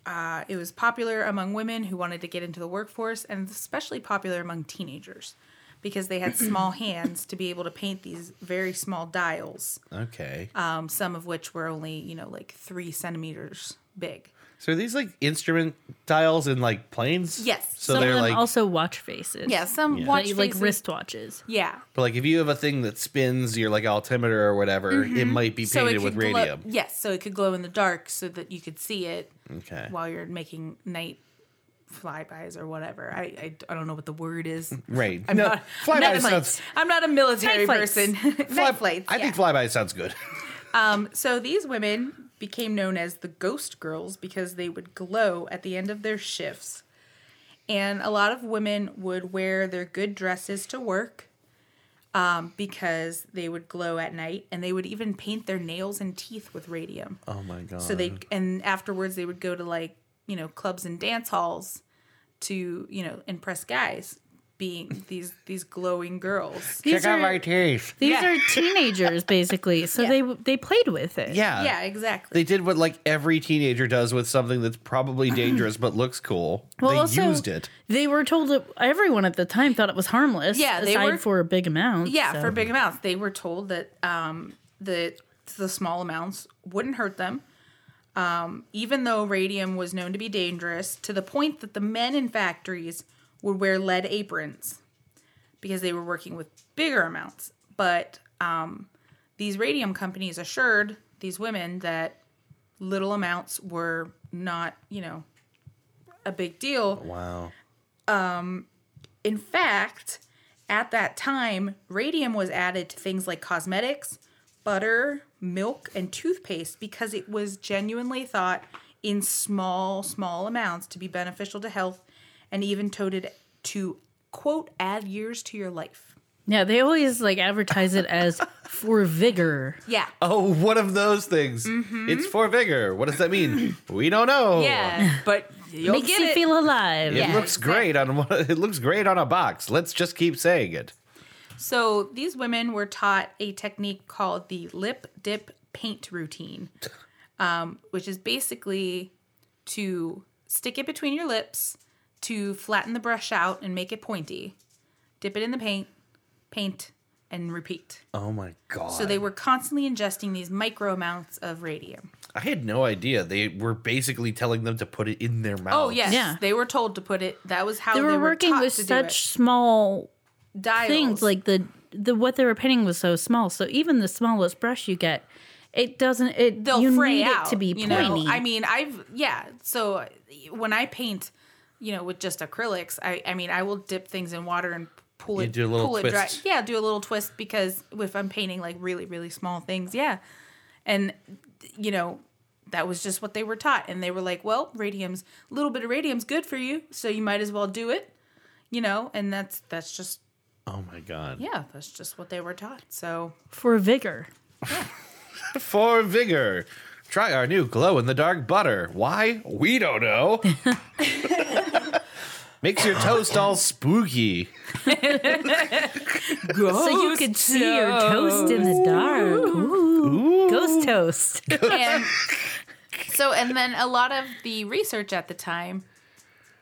S3: uh, it was popular among women who wanted to get into the workforce, and especially popular among teenagers because they had small hands to be able to paint these very small dials,
S2: Okay.
S3: uh, um, some of which were only, you know, like three centimeters big.
S2: So are these like instrument dials in like planes?
S3: Yes.
S2: So
S1: some of
S2: they're
S1: them
S2: like,
S1: also watch faces.
S3: Yeah, some
S2: Yeah.
S1: Like-
S3: watch
S1: like
S3: faces-
S1: wristwatches.
S3: Yeah,
S2: but like if you have a thing that spins your like altimeter or whatever, it might be
S3: Mm-hmm. so it
S2: painted
S3: could
S2: with
S3: glow-
S2: radium.
S3: Yes, so it could glow in the dark so that you could see it
S2: Okay.
S3: while you're making night flybys or whatever. I I, I don't know what the word is.
S2: Right.
S3: I'm not
S2: flyby
S3: night
S2: sounds.
S3: flights. I'm not a
S1: Night
S3: military
S1: flights.
S3: person.
S2: fly-
S3: night flights.
S2: I
S3: yeah.
S2: think flyby sounds good.
S3: Um, so these women became known as the ghost girls because they would glow at the end of their shifts. And a lot of women would wear their good dresses to work um, because they would glow at night and they would even paint their nails and teeth with radium.
S2: Oh my god.
S3: So they and afterwards they would go to like, you know, clubs and dance halls to, you know, impress guys being these these glowing girls.
S1: These are
S2: teeth.
S1: these
S3: Yeah.
S1: are teenagers basically. So
S3: Yeah.
S1: they they played with it.
S2: Yeah.
S3: Yeah, exactly.
S2: They did what like every teenager does with something that's probably dangerous but looks cool.
S1: Well,
S2: they
S1: also,
S2: used it.
S1: They were told that everyone at the time thought it was harmless.
S3: Yeah, they
S1: aside
S3: were-
S1: for a big amount.
S3: Yeah,
S1: so-
S3: for big amounts. They were told that um, the the small amounts wouldn't hurt them, um, even though radium was known to be dangerous. To the point that the men in factories would wear lead aprons because they were working with bigger amounts. But um, these radium companies assured these women that little amounts were not, you know, a big deal.
S2: Wow.
S3: In fact, at that time, radium was added to things like cosmetics, butter, milk, and toothpaste because it was genuinely thought in small, small amounts to be beneficial to health and even toted to quote add years to your life.
S1: Yeah, they always like advertise it as for vigor.
S3: Yeah.
S2: Oh, one of those things. It's for vigor. What does that mean? we don't know.
S3: Mm-hmm. Yeah. But you'll
S1: Makes
S3: get
S1: you
S3: it.
S1: feel alive.
S2: It
S3: Yeah,
S2: looks
S3: exactly.
S2: great on one- it looks great on a box. Let's just keep saying it.
S3: So these women were taught a technique called the lip dip paint routine, um, which is basically to stick it between your lips to flatten the brush out and make it pointy, dip it in the paint, paint, and repeat.
S2: Oh my god.
S3: So they were constantly ingesting these micro amounts of radium.
S2: I had no idea. They were basically telling them to put it in their mouth.
S3: Oh yes,
S1: Yeah.
S3: they were told to put it. That was how
S1: They were working
S3: taught
S1: with
S3: to do
S1: such small
S3: it. Dials.
S1: things like the the what they were painting was so small. So even the smallest brush you get, it doesn't it
S3: they'll
S1: you
S3: fray
S1: need
S3: out
S1: it to be
S3: you know?
S1: pointy.
S3: I mean, I've yeah. So when I paint, you know, with just acrylics, I I mean, I will dip things in water and pull
S2: You
S3: it,
S2: do a little
S3: pull it
S2: twist.
S3: dry. Yeah, do a little twist because if I'm painting like really really small things, yeah, and you know. That was just what they were taught, and they were like, "Well, radium's a little bit of radium's good for you, so you might as well do it," you know. And that's that's just
S2: Oh my god.
S3: yeah, that's just what they were taught. So
S1: for vigor.
S2: For vigor. Try our new glow in the dark butter. Why? We don't know. Makes
S3: Oh,
S2: your toast all spooky.
S1: So you could see your toast in the dark. Ooh. Ghost toast.
S3: and so and then a lot of the research at the time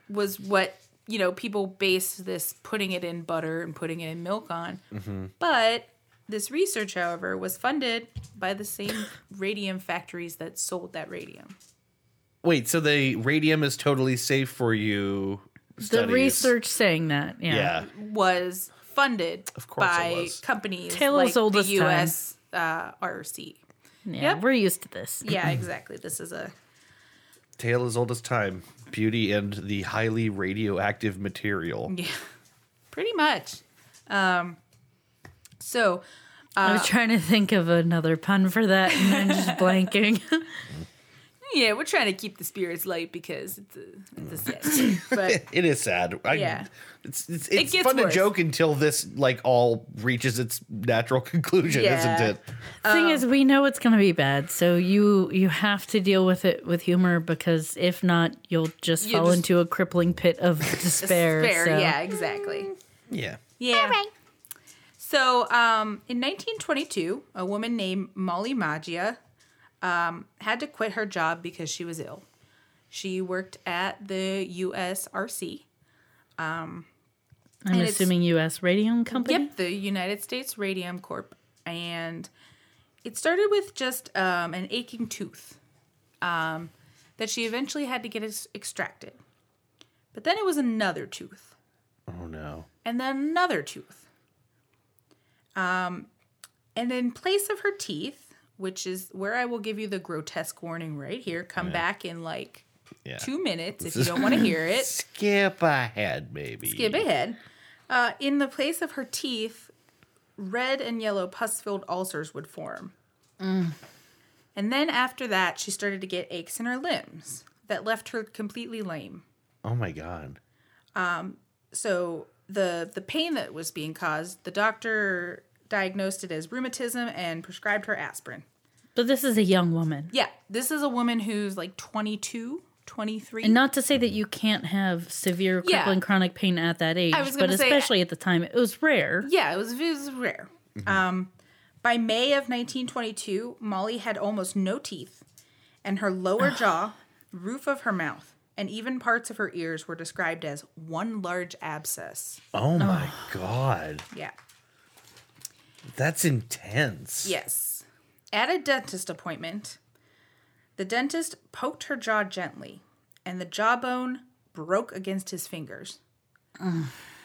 S3: was what you know people based this putting it in butter and putting it in milk on
S2: Mm-hmm.
S3: but this research however was funded by the same radium factories that sold that radium
S2: Wait, so the radium is totally safe for you?
S1: the
S2: studies.
S1: research saying that. Yeah.
S2: Yeah.
S3: was funded
S2: Of course it
S3: by
S2: was.
S3: companies
S1: Tale
S3: like
S1: as old
S3: the
S1: as time.
S3: US uh, RC
S1: Yeah,
S3: Yep. Uh,
S1: We're used to this.
S3: yeah exactly this is a
S2: Tale as old as time. Beauty and the highly radioactive material.
S3: yeah pretty much um so
S1: I was trying to think of another pun for that and I'm just blanking.
S3: Yeah, we're trying to keep the spirits light because it's a, it's a set. But
S2: It is sad. I,
S3: Yeah.
S2: It's, it's, it's
S3: gets
S2: fun to
S3: worse.
S2: joke until this like all reaches its natural conclusion,
S3: Yeah.
S2: isn't it?
S3: Um,
S1: thing is we know it's going to be bad so you you have to deal with it with humor because if not you'll just
S3: You'll
S1: fall
S3: just-
S1: into a crippling pit of despair,
S3: fair,
S1: so.
S3: yeah, exactly.
S2: Yeah.
S3: Yeah. So, um, in 1922, a woman named Molly Maggia um, had to quit her job because she was ill. She worked at the USRC.
S1: i'm
S3: Um, And it's-
S1: assuming us radio company
S3: Yep, the United States Radium Corp. And it started with just um, an aching tooth. Um, that she eventually had to get ex- extracted. But then it was another tooth,
S2: Oh no.
S3: and then another tooth. Um, and in place of her teeth, which is where I will give you the grotesque warning right here, come back in like
S2: Yeah.
S3: two minutes if you don't want to hear it.
S2: Skip ahead, maybe.
S3: skip ahead. Uh, in the place of her teeth, red and yellow pus filled ulcers would form. And then after that, she started to get aches in her limbs that left her completely lame.
S2: Oh my god.
S3: So the the pain that was being caused, the doctor diagnosed it as rheumatism and prescribed her aspirin.
S1: But this is a young woman.
S3: Yeah, this is a woman who's like 22, 23.
S1: And not to say that you can't have severe
S3: Yeah.
S1: crippling chronic pain at that age,
S3: I was
S1: but
S3: gonna say-
S1: especially at the time, it was rare.
S3: Yeah, it was, it was rare.
S1: Mm-hmm.
S3: Um, by May of 1922, Molly had almost no teeth, and her lower jaw, roof of her mouth, and even parts of her ears were described as one large abscess.
S2: Oh my god.
S3: Yeah.
S2: That's intense.
S3: Yes. At a dentist appointment, the dentist poked her jaw gently, and the jawbone broke against his fingers.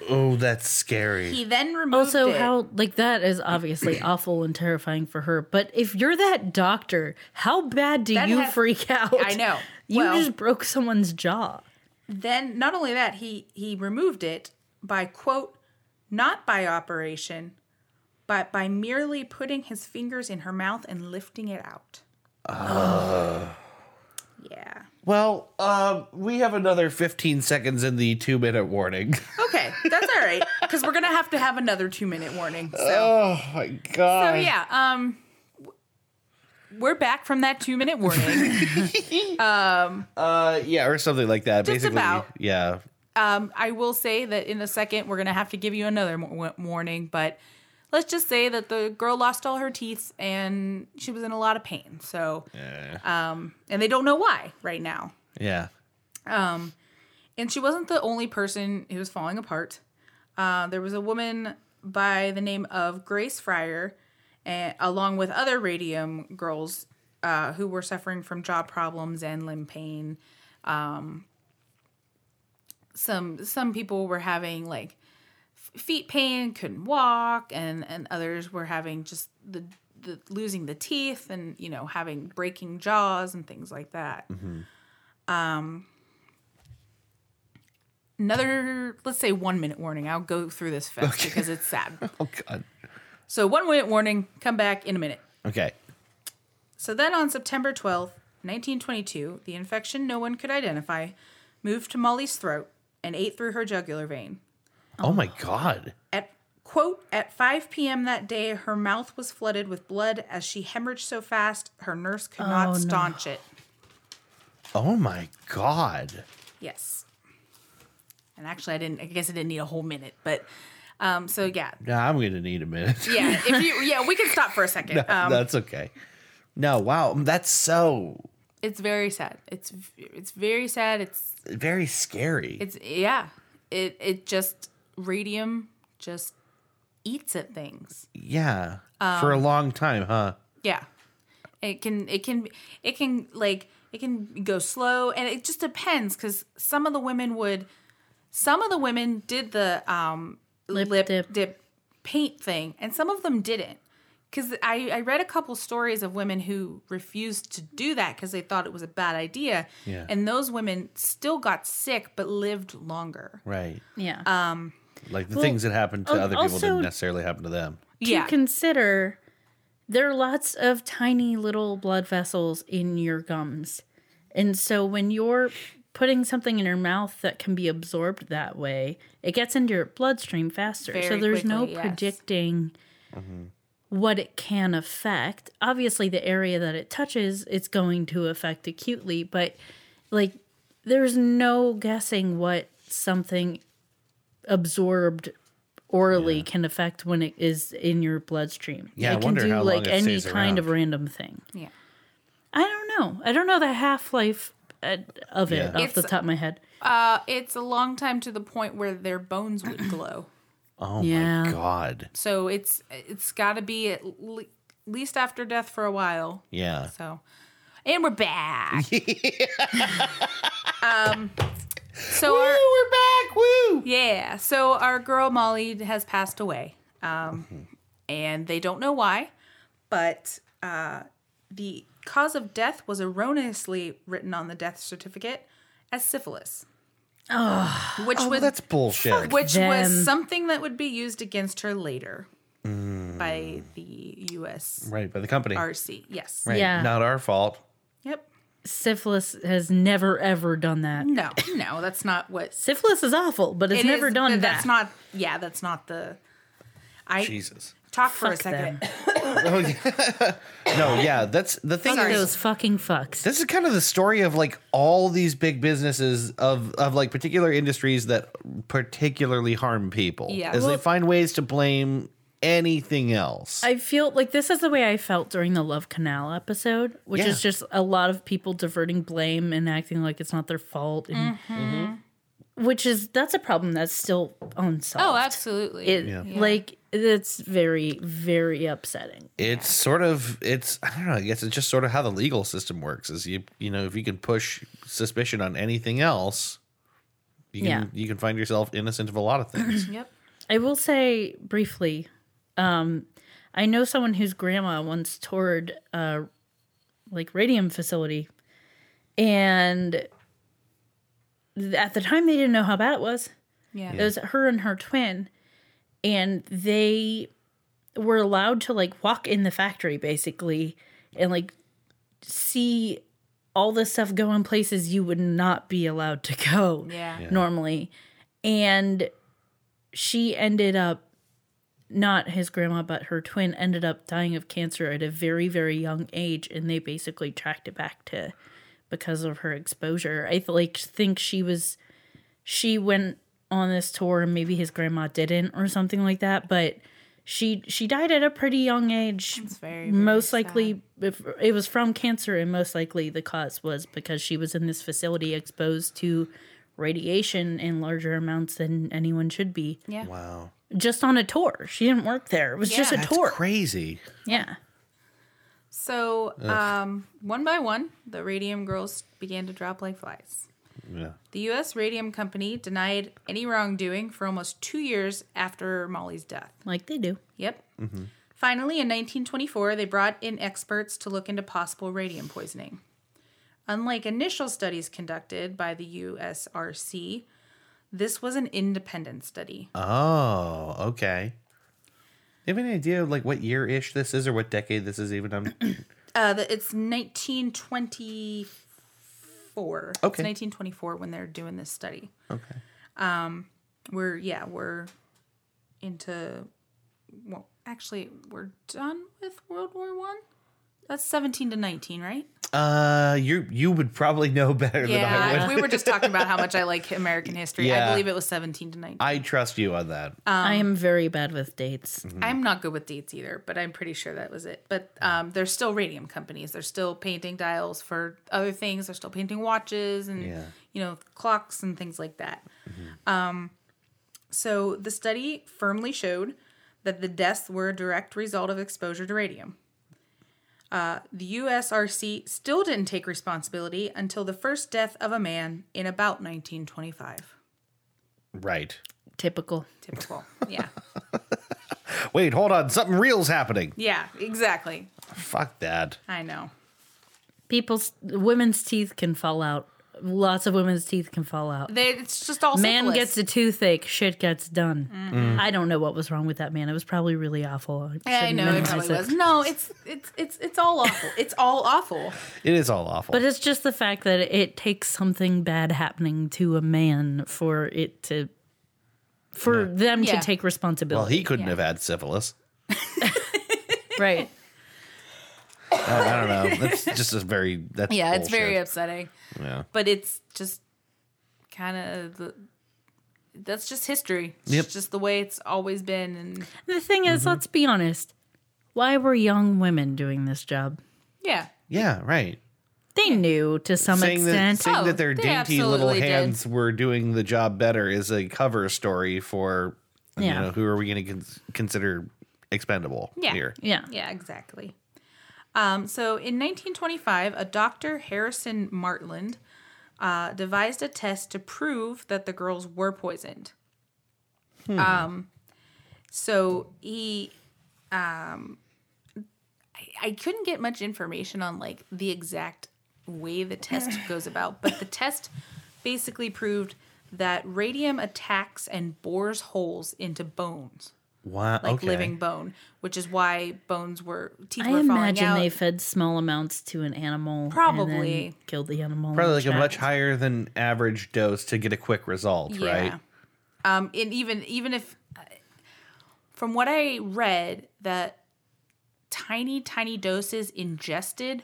S2: Oh, that's scary.
S3: He then removed
S1: Also,
S3: it.
S1: how, like, that is obviously awful and terrifying for her. But if you're that doctor, how bad do
S3: That
S1: you
S3: has-
S1: freak out?
S3: I know.
S1: You
S3: Well-
S1: just broke someone's jaw.
S3: then not only that he he removed it by quote not by operation but by merely putting his fingers in her mouth and lifting it out yeah
S2: Well, um, we have another 15 seconds in the two minute warning.
S3: okay that's all right because we're gonna have to have another two minute warning so
S2: oh my god.
S3: So yeah, um, w- we're back from that two minute warning.
S2: Uh, yeah, or something like that.
S3: Just
S2: Basically,
S3: about.
S2: yeah.
S3: um, I will say that in a second we're gonna have to give you another mo- wa- warning, but let's just say that the girl lost all her teeth and she was in a lot of pain. So, um, and they don't know why right now.
S2: Yeah.
S3: And she wasn't the only person who was falling apart. Uh, there was a woman by the name of Grace Fryer, and, along with other radium girls uh, who were suffering from jaw problems and limb pain. Um, some some people were having like f- feet pain, couldn't walk, and and others were having just the, the losing the teeth and you know having breaking jaws and things like that. another let's say one minute warning i'll go through this fast because it's sad
S2: Oh god.
S3: so one minute warning come back in a minute
S2: Okay.
S3: so then on september 12th 1922 the infection no one could identify moved to molly's throat and ate through her jugular vein
S2: Oh my god.
S3: at quote at 5 p.m that day her mouth was flooded with blood as she hemorrhaged so fast her nurse could
S1: Oh,
S3: not
S1: no.
S3: staunch it
S2: Oh my god.
S3: yes and actually i didn't i guess i didn't need a whole minute but um so yeah
S2: Nah, I'm gonna need a minute.
S3: yeah if you yeah we can stop for a second um
S2: That's okay. No, wow, that's so
S3: it's very sad. It's v- it's very sad. It's
S2: very scary.
S3: it's yeah. It it just radium just eats at things.
S2: yeah, for a long time, huh?
S3: Yeah. It can it can it can like it can go slow and it just depends cuz some of the women would some of the women did the um lip,
S1: dip.
S3: paint thing and some of them didn't. Cuz I I read a couple stories of women who refused to do that cuz they thought it was a bad idea
S2: Yeah.
S3: and those women still got sick but lived longer.
S2: Right.
S1: Yeah.
S2: Like the things that happened to
S1: al-
S2: other people
S1: also-
S2: didn't necessarily happen to them.
S1: to
S3: yeah.
S1: consider there are lots of tiny little blood vessels in your gums. And so when you're putting something in your mouth that can be absorbed that way, it gets into your bloodstream faster. so
S3: Very
S1: there's no
S3: quickly, yes.
S1: predicting what it can affect. Obviously, the area that it touches, it's going to affect acutely, but like there's no guessing what something absorbed orally can affect when it is in your bloodstream.
S2: Yeah, I
S1: it
S2: wonder
S1: can do
S2: how long
S1: like
S2: it
S1: any
S2: stays
S1: kind of
S2: around.
S1: random thing.
S3: yeah.
S1: I don't know. I don't know the half life uh, of it
S2: Yeah.
S1: off the
S3: It's-
S1: top of my head.
S3: Uh it's a long time to the point where their bones would glow.
S2: Oh
S1: Yeah.
S2: my god.
S3: So it's it's got to be at le- least after death for a while.
S2: Yeah.
S3: So, And we're back. So
S2: Woo,
S3: our
S2: we're back. Woo. Oh,
S3: Yeah. So our girl Molly has passed away. Um, and they don't know why, but uh, the cause of death was erroneously written on the death certificate as syphilis. Which
S2: Oh,
S3: was
S2: that's bullshit.
S3: which
S1: Them.
S3: was something that would be used against her later by the US
S2: Right, by the company.
S3: RC. Yes.
S2: Right.
S1: Yeah.
S2: Not our fault.
S3: Yep.
S1: Syphilis has never ever done that.
S3: No, no, that's not what
S1: Syphilis is awful, but it's
S3: it
S1: never
S3: is,
S1: done
S3: but
S1: that.
S3: That's not yeah, that's not the I
S2: Jesus.
S3: talk for a
S1: Fuck
S3: second.
S2: Oh, yeah. no, yeah, that's the thing.
S1: Fuck
S3: Sorry.
S2: Is,
S1: those fucking fucks.
S2: this is kind of the story of like all these big businesses of of like particular industries that particularly harm people.
S3: Yeah.
S2: as
S3: Well-
S2: they find ways to blame anything else.
S1: I feel like this is the way I felt during the Love Canal episode, which
S2: Yeah.
S1: is just a lot of people diverting blame and acting like it's not their fault, and, which is that's a problem that's still unsolved.
S3: Oh, absolutely.
S1: It, Like it's very, very upsetting.
S2: it's sort of it's I don't know. I guess it's just sort of how the legal system works. Is you you know if you can push suspicion on anything else, you can
S1: Yeah.
S2: you can find yourself innocent of a lot of things.
S3: yep.
S1: I will say briefly, um, I know someone whose grandma once toured a like radium facility, and th- at the time they didn't know how bad it was.
S3: Yeah.
S1: It was her and her twin, and they were allowed to like walk in the factory basically and like see all this stuff go in places you would not be allowed to go
S3: Yeah.
S1: normally. And she ended up, not his grandma, but her twin ended up dying of cancer at a very, very young age. And they basically tracked it back to because of her exposure. I th- like think she was, she went on this tour and maybe his grandma didn't or something like that. But she, she died at a pretty young age.
S3: very, very
S1: Most likely, if it was from cancer, and most likely the cause was because she was in this facility exposed to radiation in larger amounts than anyone should be.
S3: Yeah.
S2: Wow,
S1: Just on a tour. She didn't work there. It was just a
S3: Yeah.
S2: that's
S1: tour.
S2: crazy.
S1: Yeah.
S3: So, um, one by one, the radium girls began to drop like flies.
S2: Yeah.
S3: The U.S. Radium Company denied any wrongdoing for almost two years after Molly's death.
S1: Like they
S3: Um,
S1: do.
S3: Yep. Finally, in 1924, they brought in experts to look into possible radium poisoning. Unlike initial studies conducted by the USRC, this was an independent study.
S2: Oh, okay. You have any idea of like what year ish this is or what decade this is even on?
S3: Uh, the, it's 1924. It's
S2: Okay.
S3: 1924 when they're doing this study. Um,
S2: okay.
S3: We're yeah, we're into well, actually, we're done with World War 1. That's 17 to 19, right?
S2: Uh you you would probably know better than I would.
S3: Yeah, we were just talking about how much I like American history.
S2: Yeah.
S3: I believe it was 17 to 19.
S2: I trust you on that.
S3: Uh,
S1: I am very bad with dates.
S3: I'm not good with dates either, but I'm pretty sure that was it. But um, they're still radium companies. They're still painting dials for other things. They're still painting watches and
S2: Yeah.
S3: you know clocks and things like that. Um, so the study firmly showed that the deaths were a direct result of exposure to radium. Uh, the USRC still didn't take responsibility until the first death of a man in about 1925.
S2: right.
S1: Typical.
S3: Typical. Yeah.
S2: Wait, hold on. Something real's happening.
S3: Yeah, exactly.
S2: Fuck that.
S3: I know.
S1: People's women's teeth can fall out. Lots of women's teeth can fall out.
S3: They, it's just all
S1: Man
S3: Mm.
S1: gets
S3: syphilis.
S1: a toothache, shit gets done. I don't know what was wrong with that man. It was probably really awful. I
S3: Yeah, I
S1: shouldn't
S3: know it
S1: minimize
S3: probably was. No, it's it's it's it's all awful. It's all awful.
S2: It is all awful.
S1: But it's just the fact that it takes something bad happening to a man for it to for them
S3: Yeah.
S1: to take
S2: well,
S1: responsibility.
S2: he couldn't have had syphilis.
S1: right.
S2: Oh, I don't know. That's just a very that's
S3: Yeah, it's very
S2: bullshit.
S3: upsetting.
S2: Yeah.
S3: But it's just kind of the that's just history. It's
S2: Yep.
S3: just the way it's always been and
S1: The thing
S2: Mm-hmm.
S1: is, let's be honest. Why were young women doing this job?
S3: yeah.
S2: Yeah, right.
S1: They knew to some
S2: saying that
S1: extent.
S2: saying
S3: Oh,
S2: that their
S3: they
S2: dainty little
S3: absolutely did.
S2: hands were doing the job better is a cover story for you
S1: Yeah.
S2: know who are we going to con- consider expendable
S3: Yeah.
S2: here.
S1: yeah.
S3: Yeah, exactly. Um, so in 1925, a doctor, Harrison Martland, uh, devised a test to prove that the girls were poisoned. Um, so he, um, I, I couldn't get much information on like the exact way the test goes about, but the test basically proved that radium attacks and bores holes into bones
S2: Wow.
S3: like
S2: okay.
S3: living bone, which is why bones were teeth
S1: I
S3: were falling
S1: imagine
S3: out.
S1: they fed small amounts to an animal. and then
S3: Probably.
S1: killed the animal.
S2: Probably like
S1: and
S2: a much
S1: checked.
S2: higher than average dose to get a quick result, right?
S3: Um, and even even if, from what I read, that tiny tiny doses ingested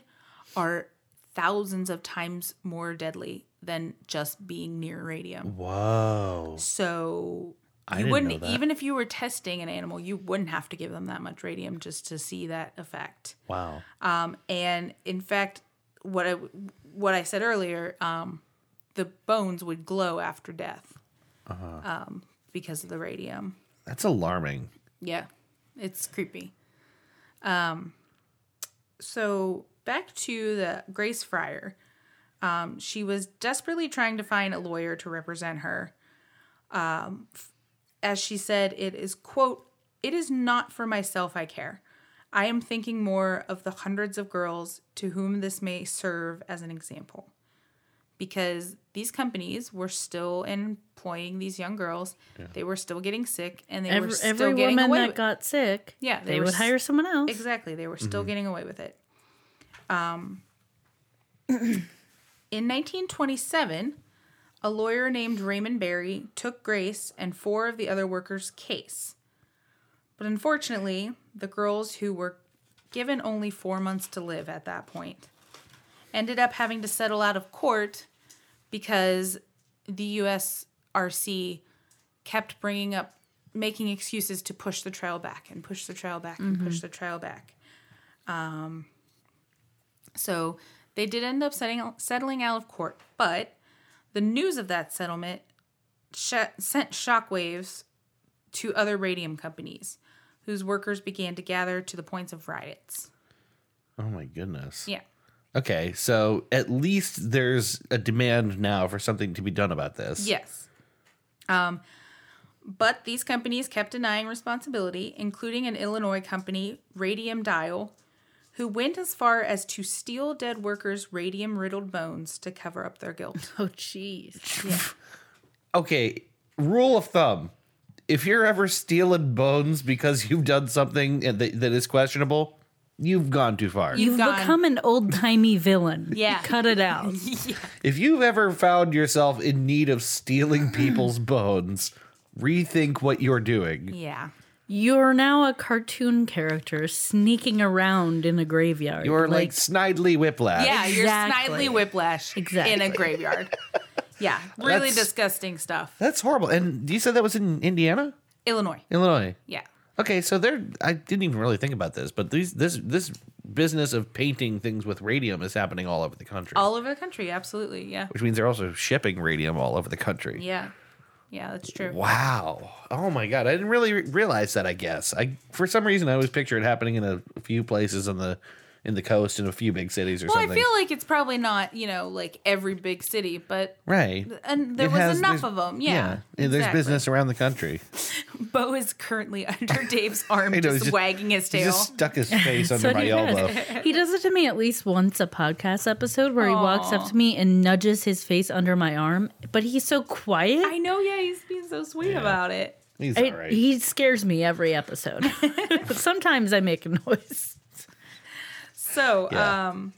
S3: are thousands of times more deadly than just being near radium.
S2: Whoa.
S3: So.
S2: I
S3: You
S2: didn't
S3: wouldn't
S2: know that.
S3: even if you were testing an animal, you wouldn't have to give them that much radium just to see that effect.
S2: Wow.
S3: Um, and in fact, what I what I said earlier, um, the bones would glow after death um, because of the radium.
S2: That's alarming.
S3: Yeah, it's creepy. Um, so back to the Grace Fryer. Um, she was desperately trying to find a lawyer to represent her. Um, f- as she said, it is quote, "It is not for myself I care. I am thinking more of the hundreds of girls to whom this may serve as an example." Because these companies were still employing these young girls, they were still getting sick, and they were
S1: Every,
S3: still
S1: every
S3: getting
S1: woman
S3: away
S1: that
S3: with-
S1: got sick,
S3: Yeah, they
S1: they,
S3: were
S1: would
S3: s-
S1: hire someone else.
S3: Exactly. They were still getting away with it. Um, in 1927, a lawyer named Raymond Barry took Grace and four of the other workers' case. But unfortunately, the girls who were given only four months to live at that point ended up having to settle out of court because the USRC kept bringing up making excuses to push the trial back and push the trial back and push the trial back. Um, so they did end up setting, settling out of court, but the news of that settlement sh- sent shockwaves to other radium companies whose workers began to gather to the points of riots.
S2: Oh my goodness.
S3: Yeah.
S2: Okay, so at least there's a demand now for something to be done about this.
S3: Yes. Um, but these companies kept denying responsibility, including an Illinois company, Radium Dial, who went as far as to steal dead workers' radium riddled bones to cover up their guilt.
S1: Oh, jeez.
S2: Okay, rule of thumb if you're ever stealing bones because you've done something that, that is questionable, you've gone too far.
S3: You-
S1: You've
S3: Gone.
S1: become an old timey villain.
S3: Yeah.
S1: Cut it out.
S2: if you've ever found yourself in need of stealing people's bones, rethink what you're doing.
S3: yeah.
S1: You're now a cartoon character sneaking around in a graveyard.
S2: You're like, Snidely Whiplash.
S3: Yeah, you're
S1: Exactly.
S3: snidely whiplash in
S1: Exactly.
S3: a graveyard. yeah, really
S2: That's-
S3: disgusting stuff.
S2: That's horrible. And you said that was in Indiana?
S3: Illinois.
S2: Illinois.
S3: Yeah.
S2: Okay, so there. I didn't even really think about this, but these this this business of painting things with radium is happening all over the country,
S3: All over the country, absolutely. Yeah.
S2: which means they're also shipping radium all over the country.
S3: Yeah. Yeah, that's true.
S2: Wow. Oh my god, I didn't really re- realize that. I guess I for some reason I always picture it happening in a few places on the in the coast in a few big cities or
S3: Well,
S2: something.
S3: I feel like it's probably not, you know, like every big city, but
S2: right.
S3: and there
S2: It
S3: was
S2: has-
S3: enough
S2: there's-
S3: of them. Yeah,
S2: and there's business around the country.
S3: Bo is currently under Dave's arm,
S2: know,
S3: just,
S2: he's just-
S3: wagging his
S2: He
S3: tail.
S2: just stuck his face under
S1: So
S2: my
S1: he
S2: elbow.
S1: does. He does it to me at least once a podcast episode where he walks
S3: Aw.
S1: up to me and nudges his face under my arm, but he's so quiet.
S3: I know. Yeah, he's being so sweet about it.
S2: He's
S1: I-
S2: all right.
S1: He scares me every episode. but sometimes I make a noise.
S3: So,
S2: Yeah.
S3: um,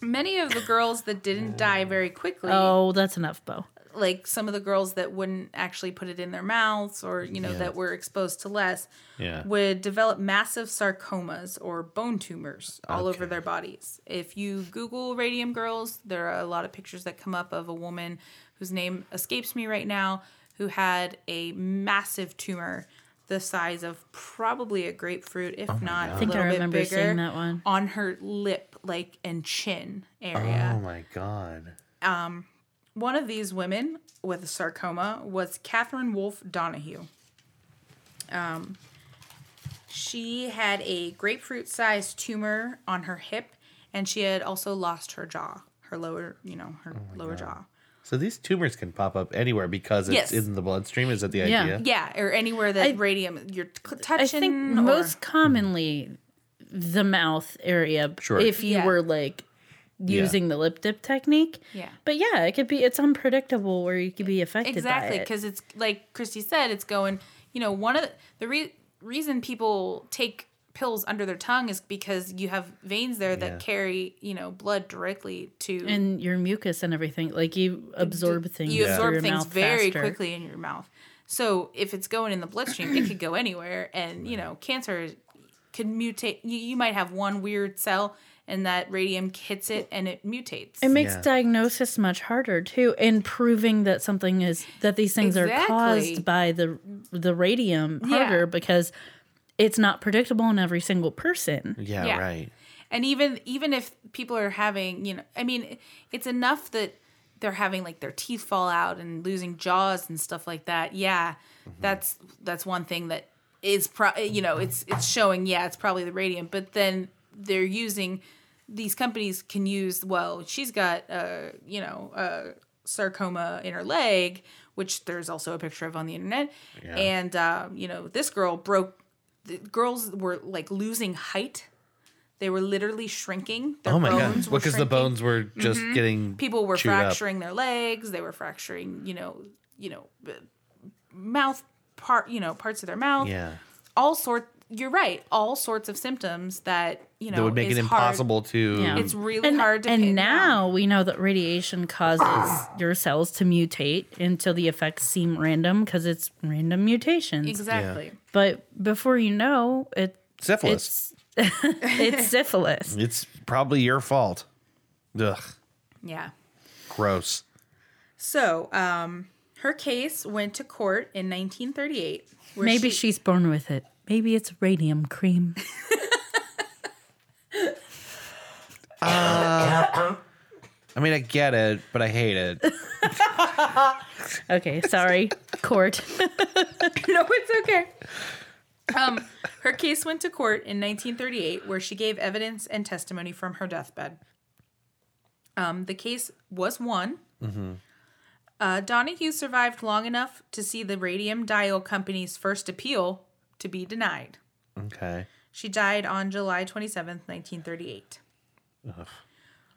S3: many of the girls that didn't die very quickly,
S1: Oh, that's enough, Bo.
S3: like some of the girls that wouldn't actually put it in their mouths, or you know,
S2: Yeah.
S3: that were exposed to less,
S2: yeah.
S3: would develop massive sarcomas or bone tumors all over
S2: Okay.
S3: their bodies. If you Google radium girls, there are a lot of pictures that come up of a woman whose name escapes me right now who had a massive tumor the size of probably a grapefruit,
S2: Oh
S3: if not
S1: I
S3: a
S1: think I
S3: little bit
S1: remember
S3: bigger,
S1: seeing that one.
S3: on her lip, like and chin area.
S2: Oh my god.
S3: One of these women with a sarcoma was Catherine Wolfe Donahue. Um, She had a grapefruit sized tumor on her hip, and she had also lost her jaw, her lower, you know, her lower jaw.
S2: So these tumors can pop up anywhere because it's
S3: Yes.
S2: in the bloodstream. Is that the
S1: Yeah.
S2: idea?
S3: Yeah, or anywhere that radium you're cl- touching.
S1: I think
S3: or-
S1: most commonly the mouth area. b-
S2: Sure.
S1: If you
S3: Yeah.
S1: were like using the lip dip technique.
S3: Yeah.
S1: But yeah, it could be. It's unpredictable where you could be affected. By
S3: exactly
S1: it.
S3: because it's like christy said it's going you know one of the, the re- reason people take pills under their tongue is because you have veins there that
S2: Yeah.
S3: carry you know blood directly to
S1: and your mucus and everything. Like you absorb things.
S3: you
S1: through
S3: absorb
S1: your
S3: things
S1: mouth
S3: very
S1: faster.
S3: quickly in your mouth so if it's going in the bloodstream it could go anywhere and you know cancer could mutate you, you might have one weird cell and that radium hits it and it mutates
S1: It makes
S2: Yeah.
S1: diagnosis much harder too, and proving that something is that these things are
S3: Exactly.
S1: caused by the the radium
S3: Yeah.
S1: harder because it's not predictable in every single person.
S2: Yeah,
S3: Yeah.
S2: right.
S3: and even even if people are having you know i mean it's enough that they're having like their teeth fall out and losing jaws and stuff like that yeah that's that's one thing that is pro you know it's it's showing yeah it's probably the radium but then they're using these companies can use well she's got uh you know uh sarcoma in her leg which there's also a picture of on the internet and um, you know this girl broke the girls were like losing height they were literally shrinking. Their
S2: Oh my
S3: bones
S2: god!
S3: were
S2: Because the
S3: shrinking. Mm-hmm.
S2: bones were just getting
S3: people were
S2: chewed up.
S3: fracturing their legs. They were fracturing, you know, you know, b- mouth part, you know, parts of their mouth.
S2: Yeah,
S3: All sort. You're right. All sorts of symptoms that you know
S2: that would make
S3: is
S2: it
S3: hard.
S2: impossible to.
S1: Yeah.
S3: It's really
S1: And,
S3: hard to.
S1: and
S3: pin down.
S1: now we know that radiation causes your cells to mutate until the effects seem random because it's random mutations.
S3: exactly.
S1: But before you know it,
S2: Syphilis.
S1: it's it's syphilis.
S2: It's, probably your fault. Ugh,
S3: Yeah.
S2: gross.
S3: So, um, her case went to court in 1938. where
S1: Maybe she's born with it. Maybe it's radium cream.
S2: I mean, I get it, but I hate it.
S1: Okay, sorry, court.
S3: no, it's okay. Um, her case went to court in 1938, where she gave evidence and testimony from her deathbed. Um, the case was won. Uh, Donahue survived long enough to see the Radium Dial Company's first appeal to be denied.
S2: Okay.
S3: She died on July 27th, 1938.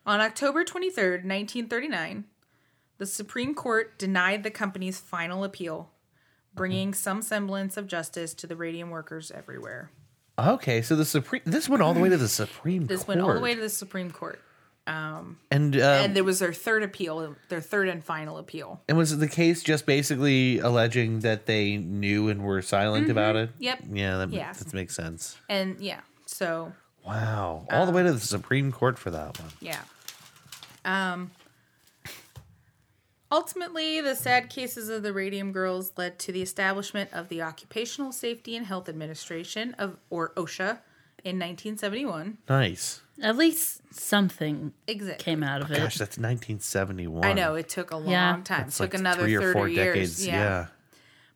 S3: On October 23rd, 1939, the Supreme Court denied the company's final appeal, bringing
S2: Mm-hmm.
S3: some semblance of justice to the radium workers everywhere.
S2: Okay, so the Supreme. This went all the way to the Supreme
S3: This
S2: Court.
S3: went all the way to the Supreme Court.
S2: And, um,
S3: And
S2: and,
S3: there was their third appeal, their third and final appeal.
S2: was the case just basically alleging that they knew and were silent about it?
S3: Mm-hmm. Yep.
S2: Yeah, that, ma-
S3: Yeah.
S2: that makes sense.
S3: And yeah, so
S2: Wow. All
S3: Um,
S2: the way to the Supreme Court for that one.
S3: Yeah. Um. Ultimately, the sad cases of the Radium Girls led to the establishment of the Occupational Safety and Health Administration of or OSHA in 1971.
S2: Nice.
S1: At least something
S3: Exit.
S1: came out of it.
S2: Gosh, that's 1971.
S3: I know it took a long
S1: Yeah.
S3: time.
S2: It's
S3: took
S2: like
S3: another
S2: three
S3: 30
S2: or four
S3: years.
S2: decades.
S3: Yeah.
S2: Yeah.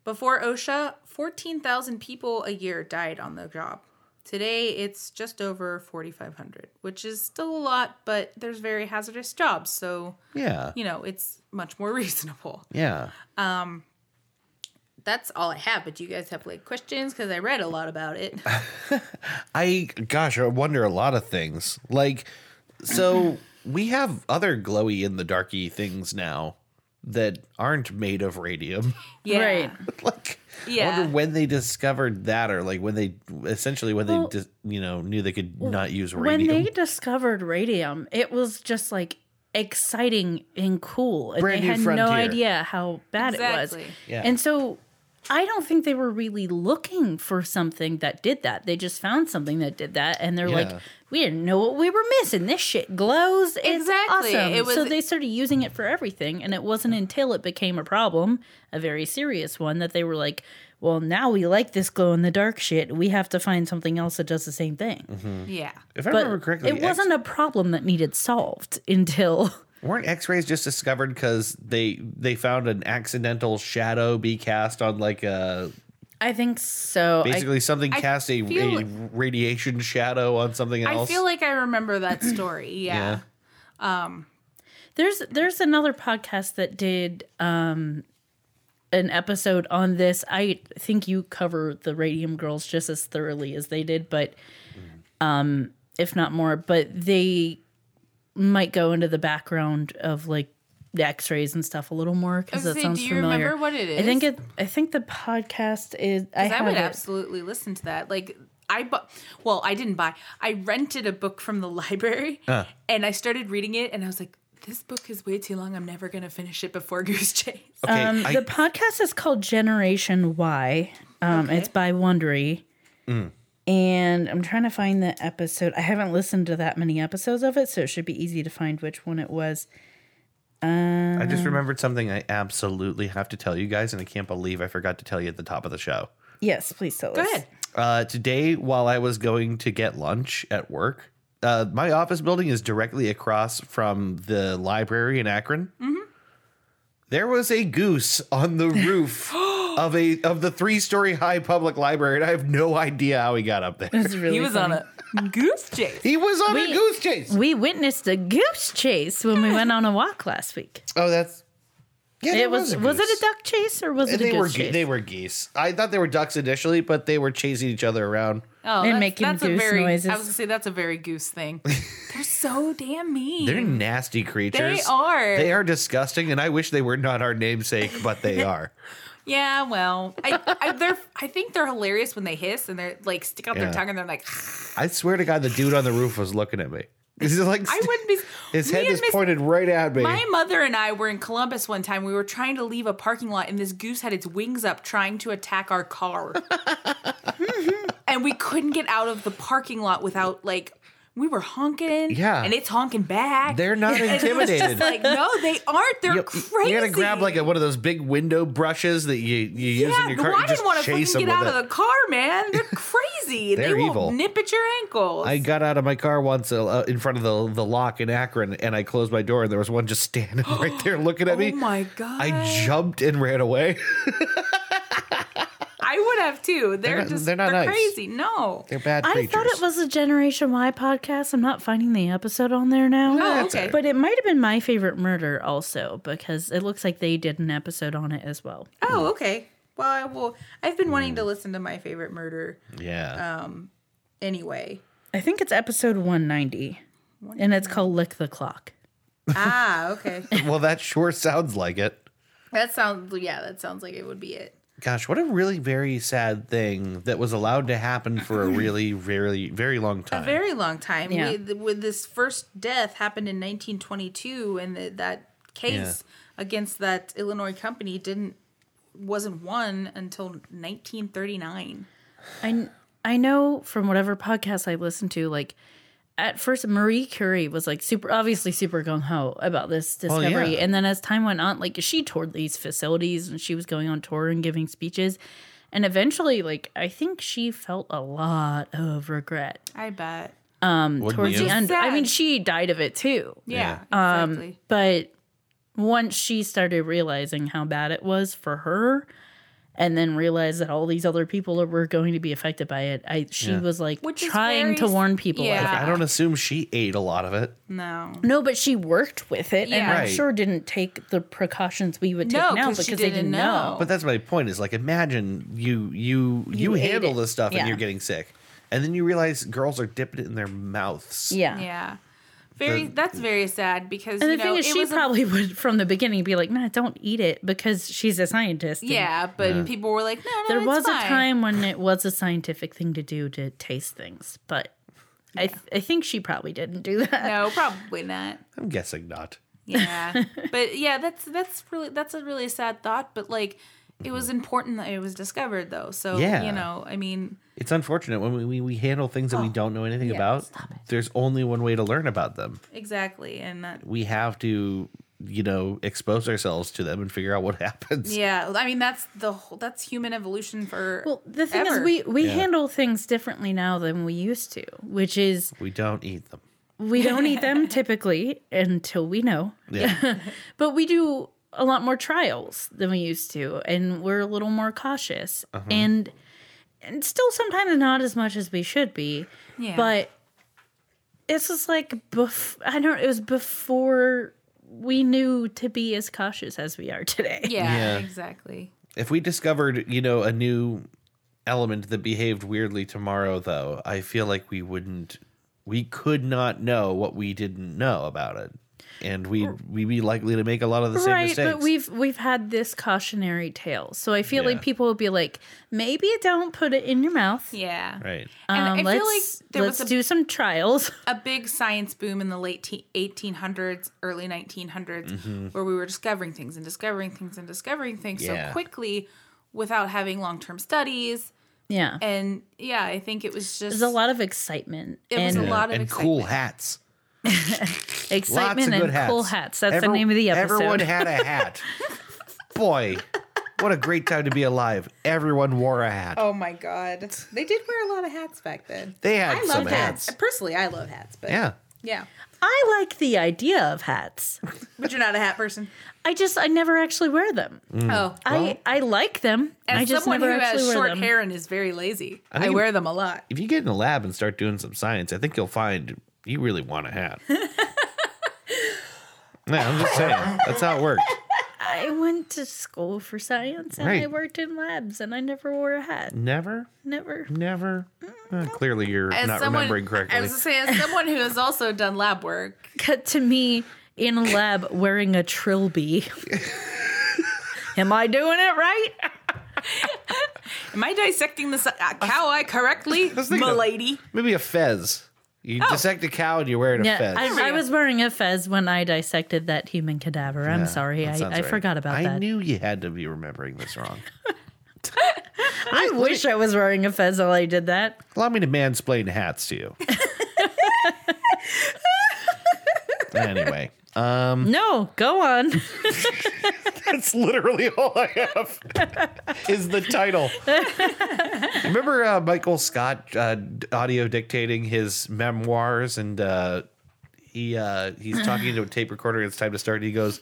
S3: Before OSHA, 14,000 people a year died on the job. Today, it's just over 4,500, which is still a lot, but there's very hazardous jobs, so
S2: Yeah.
S3: you know it's much more reasonable.
S2: Yeah.
S3: that's all I have. But do you guys have like questions? Because I read a lot about it.
S2: I gosh, I wonder a lot of things. Like, so we have other glowy in the darky things now that aren't made of radium.
S3: Yeah.
S1: Right.
S2: like, I
S3: Yeah.
S2: wonder when they discovered that, or like when they essentially when
S1: Well-
S2: they dis, you know knew they could not use
S1: When
S2: radium.
S1: they discovered radium, it was just like exciting and cool. And
S2: Brand
S1: they
S2: new
S1: had no
S2: frontier.
S1: idea how bad it
S3: Exactly.
S1: was.
S2: Yeah.
S1: And so I don't think they were really looking for something that did that. They just found something that did that and they're
S2: Yeah.
S1: like, we didn't know what we were missing. This shit glows. It's
S3: Exactly.
S1: awesome.
S3: It was-
S1: so they started using it for everything and it wasn't until it became a problem, a very serious one, that they were like, well, now we like this glow in the dark shit. We have to find something else that does the same thing
S3: yeah.
S2: if I
S1: but
S2: remember correctly,
S1: it wasn't a problem that needed solved until
S2: weren't X-rays just discovered because they they found an accidental shadow be cast on like a
S1: I think so. I-
S2: Basically, something
S3: I
S2: cast a,
S3: feel-
S2: a radiation shadow on something
S3: I
S2: else.
S3: feel like I remember that story. Yeah.
S1: There's there's another podcast that did um an episode on this. I think you cover the Radium Girls just as thoroughly as they did, but um if not more, but they might go into the background of like the x-rays and stuff a little more cuz
S3: I was
S1: that
S3: gonna
S1: sounds
S3: say, do you
S1: familiar.
S3: remember what it is?
S1: I think it I think the podcast is I
S3: I
S1: have
S3: would
S1: it.
S3: absolutely listen to that. Like I bought, well, I didn't buy. I rented a book from the library, and I started reading it, and I was like, "This book is way too long. I'm never gonna finish it before Goose Chase."
S2: okay,
S1: Um,
S2: I,
S1: the podcast is called Generation Y. Um, It's by Wondery.
S2: Mm.
S1: And I'm trying to find the episode. I haven't listened to that many episodes of it, so it should be easy to find which one it was.
S2: I just
S1: Mm-hmm.
S2: remembered something I absolutely have to tell you guys, and I can't believe I forgot to tell you at the top of the show.
S1: Yes, please tell
S3: Go
S1: us.
S3: ahead.
S2: Uh, today, while I was going to get lunch at work, uh, my office building is directly across from the library in Akron.
S1: Mm-hmm.
S2: There was a goose on the roof of a of the three story high public library, and I have no idea how he got up there.
S1: It's really
S3: he was
S1: funny.
S3: on a Goose Chase.
S2: He was on
S1: We-
S2: a goose chase.
S1: We witnessed a goose chase when we went on a walk last week.
S2: Oh, that's yeah. there
S1: It was
S2: a
S1: was it
S2: goose.
S1: a duck chase or was it
S2: They
S1: a
S2: were
S1: goose
S2: ge-
S1: chase?
S2: they were geese. I thought they were ducks initially, but they were chasing each other around.
S3: Oh,
S1: And making goose
S3: very,
S1: noises.
S3: I was gonna say that's a very goose thing. They're so damn mean.
S2: They're nasty creatures.
S3: Mm. are.
S2: They are disgusting, and I wish they were not our namesake, but they are.
S3: yeah, well, I, I they're I think they're hilarious when they hiss and they're like stick out
S2: Yeah.
S3: their tongue and they're like.
S2: I swear to God, the dude on the roof was looking at me. He's just like,
S3: I wouldn't be.
S2: His
S3: me
S2: head
S3: and
S2: is
S3: Miss-
S2: pointed right at me.
S3: My mother and I were in Columbus one time. We were trying to leave a parking lot, and this goose had its wings up trying to attack our car. and we couldn't get out of the parking lot without, like, we were honking.
S2: Yeah.
S3: And it's honking back.
S2: They're not
S3: And it was just
S2: intimidated.
S3: like, no, they aren't. They're
S2: you,
S3: crazy.
S2: you gotta grab like a, one of those big window brushes that you, you use in
S3: yeah,
S2: your car.
S3: why
S2: and
S3: did
S2: just
S3: want to
S2: chase
S3: fucking
S2: them
S3: get
S2: with
S3: out of
S2: it.
S3: the car, man? They're crazy.
S2: They're
S3: they will
S2: evil.
S3: nip at your ankles.
S2: I got out of my car once uh, in front of the the lock in Akron, and I closed my door, and there was one just standing right there looking at me.
S3: oh my god!
S2: I jumped and ran away.
S3: I would have too. They're,
S2: not-
S3: just
S2: they're not nice.
S3: crazy. No.
S2: They're bad
S1: I
S2: creatures.
S1: thought it was a Generation Y podcast. I'm not finding the episode on there now.
S3: Oh,
S2: That's
S3: okay.
S2: all
S1: But it might have been my favorite murder also because it looks like they did an episode on it as well.
S2: Mm.
S3: Oh, okay. Well, I will. I've been wanting to listen to my favorite murder
S2: Yeah.
S3: anyway.
S1: I think it's episode 190 and it's called Lick the Clock.
S3: ah, okay.
S2: well, that sure sounds like it.
S3: That sounds. Yeah, that sounds like it would be it.
S2: Gosh, what a really very sad thing that was allowed to happen for a really, really, very long
S3: A
S2: time.
S3: very long time.
S1: Yeah.
S3: We, th- with this first death happened in 1922, and the, that case against that Illinois company didn't wasn't won until 1939.
S1: I I know from whatever podcast I listened to like at first Marie Curie was like super obviously super gung ho about this discovery
S2: yeah.
S1: and then as time went on like she toured these facilities and she was going on tour and giving speeches and eventually like I think she felt a lot of regret
S3: I bet.
S2: Wouldn't
S1: towards
S2: you?
S1: the end. I
S3: sad.
S1: mean, she died of it too.
S3: Yeah.
S1: Um,
S3: exactly.
S1: But once she started realizing how bad it was for her, and then realized that all these other people were going to be affected by it, I she was like
S3: Which is
S1: trying
S3: very
S1: to
S3: s-
S1: warn people. of
S3: yeah.
S1: it.
S2: I don't assume she ate a lot of it.
S3: No.
S1: No, but she worked with it, and
S3: Yeah.
S1: I'm
S2: Right.
S1: sure didn't take the precautions we would take
S3: No,
S1: now
S3: 'cause she
S1: because they
S3: didn't
S1: didn't know.
S3: know.
S2: But that's my point. Is like imagine you you you,
S1: You ate
S2: handle
S1: it.
S2: this stuff
S1: Yeah.
S2: and you're getting sick, and then you realize girls are dipping it in their mouths.
S1: Yeah.
S3: Yeah. Very. that's very sad because
S1: And the
S3: you
S1: thing
S3: know,
S1: is,
S3: it
S1: she
S3: was a
S1: probably would, from the beginning, be like, "Nah, don't eat it," because she's a scientist. and
S3: Yeah, but people were like, no, no,
S1: there
S3: it's
S1: was a
S3: fine.
S1: time when it was a scientific thing to do to taste things, but I th- I think she probably didn't do that.
S3: No, probably not.
S2: I'm guessing not.
S3: Yeah, but yeah, that's that's really that's a really sad thought. But like, it was important that it was discovered, though. So
S2: Yeah.
S3: you know, I mean,
S2: It's unfortunate when we, we, we handle things that we don't know anything
S3: yeah,
S2: about.
S3: stop it.
S2: There's only one way to learn about them.
S3: exactly, and that.
S2: We have to, you know, expose ourselves to them and figure out what happens.
S3: Yeah, I mean that's the whole that's human evolution for
S1: Well, the thing is,
S3: Ever.
S1: we we handle things differently now than we used to, which is
S2: We don't eat them.
S1: we don't eat them typically until we know,
S2: Yeah.
S1: but we do a lot more trials than we used to, and we're a little more cautious, and and still sometimes not as much as we should be.
S3: Yeah.
S1: But this is like bef- I don't. It was before we knew to be as cautious as we are today.
S3: yeah,
S2: Yeah.
S3: exactly.
S2: If we discovered, you know, a new element that behaved weirdly tomorrow, though, I feel like we wouldn't, we could not know what we didn't know about it, and we we'd be likely to make a lot of the same
S1: right
S2: mistakes.
S1: but we've we've had this cautionary tale so i feel
S2: Yeah.
S1: like people will be like maybe don't put it in your mouth
S3: Yeah.
S2: right.
S3: And
S1: um,
S3: I
S1: let's,
S3: feel like there
S1: let's
S3: was a
S1: do some trials
S3: a big science boom in the late te- 1800s, early 1900s,
S1: Mm-hmm.
S3: where we were discovering things and discovering things and discovering things
S2: Yeah.
S3: so quickly without having long term studies.
S1: yeah
S3: And yeah, I think it was just
S1: there's a lot of excitement
S3: It was
S1: and
S3: a lot of
S2: and
S3: excitement.
S2: cool hats. Lots
S1: excitement
S2: of good
S1: and
S2: hats.
S1: cool hats that's
S2: Every-
S1: the name of the episode
S2: Everyone had a hat. Boy, what a great time to be alive. Everyone wore a hat.
S3: Oh my god, they did wear a lot of hats back then.
S2: They had
S3: I
S2: some
S3: love hats.
S2: hats.
S3: Personally, I love hats, but
S2: Yeah.
S3: yeah.
S1: i like the idea of hats
S3: But you're not a hat person.
S1: i just i never actually wear them
S2: Mm,
S3: Oh,
S1: i i like them
S3: as
S1: i just
S3: someone who
S1: never
S3: has
S1: actually wear
S3: short
S1: them
S3: hair and is very lazy,
S2: I
S3: I,
S2: think-
S3: wear them a lot.
S2: If you get in the lab and start doing some science, I think you'll find you really want a hat. yeah, I'm just saying. That's how it worked.
S1: i went to school for science and i
S2: Right. Mm.
S1: worked in labs and i never wore a hat
S2: Never,
S1: never
S2: never. Uh, clearly, you're
S3: As
S2: not
S3: someone,
S2: remembering correctly.
S3: I was to say, as someone who has also done lab work,
S1: cut to me in a lab wearing a trilby. Am I doing it right?
S3: Am I dissecting this uh, cow eye correctly,
S2: thinking of-
S3: milady?
S2: Maybe a fez. You dissect a cow and you're wearing a
S1: Oh. Yeah,
S2: fez.
S1: I, I was wearing a fez when I dissected that human cadaver. I'm
S2: Yeah,
S1: sorry,
S2: that
S1: I, I
S2: sounds right.
S1: forgot about
S2: I
S1: that.
S2: knew you had to be remembering this wrong.
S1: I wish I was wearing a fez while I did that.
S2: Allow me to mansplain hats to you. anyway, Hmm.
S1: No, go on.
S2: that's literally all I have is the title. Remember uh, Michael Scott uh, d- audio dictating his memoirs, and uh, he uh, he's talking to a tape recorder. It's time to start. And he goes,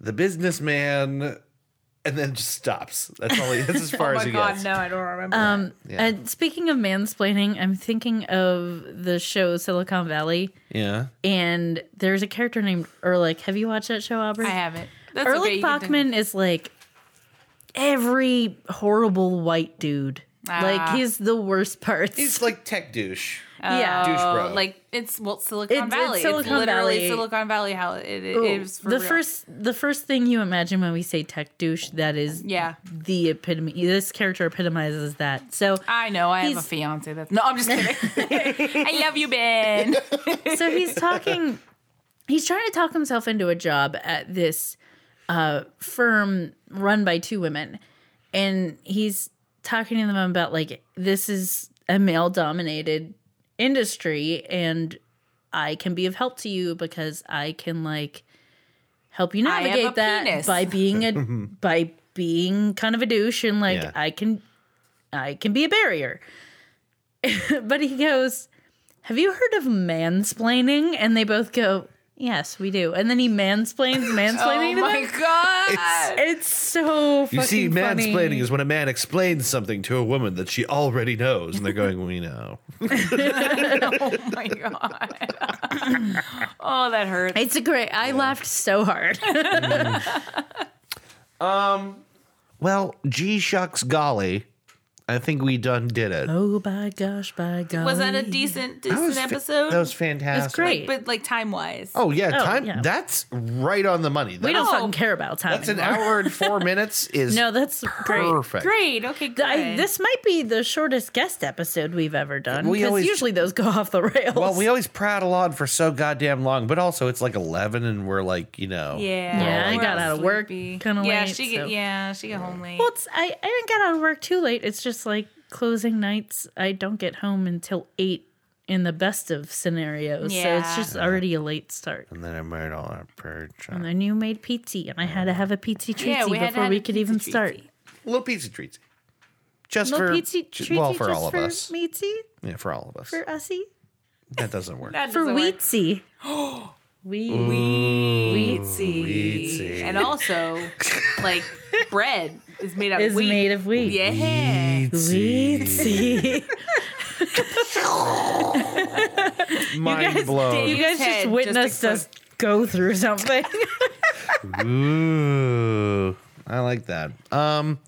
S2: "The businessman." And then just stops. That's all. He, that's as far as
S3: Oh my
S2: he
S3: god,
S2: gets.
S3: no, I don't remember.
S1: Um, And speaking of mansplaining, I'm thinking of the show Silicon Valley,
S2: Yeah.
S1: and there's a character named Erlich. Have you watched that show, Aubrey?
S3: I haven't. That's
S1: Erlich
S3: okay, you can
S1: Bachman is like every horrible white dude. Like
S3: Ah.
S1: he's the worst parts.
S2: He's like tech douche.
S1: yeah.
S2: douche
S3: continue.
S2: bro.
S3: Oh, like it's well, Silicon
S1: It's- it's
S3: Valley. It's,
S1: Silicon
S3: literally
S1: Valley.
S3: Silicon Valley. How it, it is for
S1: the
S3: real.
S1: first the first thing you imagine when we say tech douche that is
S3: Yeah,
S1: the epitome this character epitomizes that so
S3: I know. I have
S1: He's-
S3: a fiance. That's no. I'm just kidding. I love you, Ben.
S1: so he's talking he's trying to talk himself into a job at this uh, firm run by two women and he's talking to them about like this is a male dominated industry and i can be of help to you because i can like help you
S3: I am a
S1: navigate that
S3: penis.
S1: by being a by being kind of a douche and like
S2: Yeah.
S1: i can i can be a barrier but he goes have you heard of mansplaining? And they both go, Yes, we do. And then he mansplains mansplaining
S3: oh
S1: to
S3: my
S1: them.
S3: god.
S1: It's so fucking
S2: You see,
S1: funny.
S2: mansplaining is when a man explains something to a woman that she already knows, and they're going, "We know."
S3: oh my god. oh, that hurts.
S1: It's a great. I laughed so hard.
S2: Well, gee shucks, golly, I think we done did it.
S1: oh by gosh, by God,
S3: Was that a decent
S2: That
S3: decent
S2: was fa-
S3: episode?
S2: that was fantastic.
S1: It's great.
S3: but like time wise.
S2: Oh yeah, time.
S1: yeah.
S2: That's right on the money.
S1: we
S2: That-
S1: don't
S3: No.
S1: fucking care about time.
S2: that's an
S1: anymore.
S2: hour and four minutes. Is
S1: No, that's great.
S2: perfect.
S3: Great. Okay. Good.
S1: I, this might be the shortest guest episode we've ever done.
S2: We
S1: Because
S2: always-
S1: usually those go off the rails.
S2: Well, we always prattle on for so goddamn long, but also it's like eleven, and we're like, you know,
S3: Yeah.
S1: Yeah, I
S3: we're
S1: got
S3: all
S1: out of work
S3: sleepy.
S1: kinda
S3: Yeah,
S1: late,
S3: she
S1: so-
S3: get, yeah, she got home late.
S1: Well, it's, I, I didn't get out of work too late. It's just like closing nights. I don't get home until eight in the best of scenarios. So it's
S3: Yeah.
S1: just already a late start.
S2: And then I made all our prayer.
S1: And then you made pizza, and I had to have a pizza treaty
S3: yeah, had
S1: before
S3: had
S1: we
S3: a
S1: could
S3: pizza
S1: even
S3: treat.
S1: start.
S2: Little pizza treats, just
S1: No
S2: for
S1: pizza
S2: ju-
S1: treaty
S2: well for
S1: just
S2: all of
S1: for
S2: us.
S1: Meatsy,
S2: Yeah, for all of us.
S1: for Ussy,
S2: That doesn't work.
S3: That
S1: for
S3: doesn't work.
S1: Wheatsy. we
S3: Wheatsy. and also like bread is made out
S1: is
S3: of wheat.
S1: made of wheat.
S3: yeah.
S1: Wheat seed.
S2: Mind blown.
S1: you guys just
S3: Head just
S1: witnessed us go through something.
S2: Ooh, I like that. Um,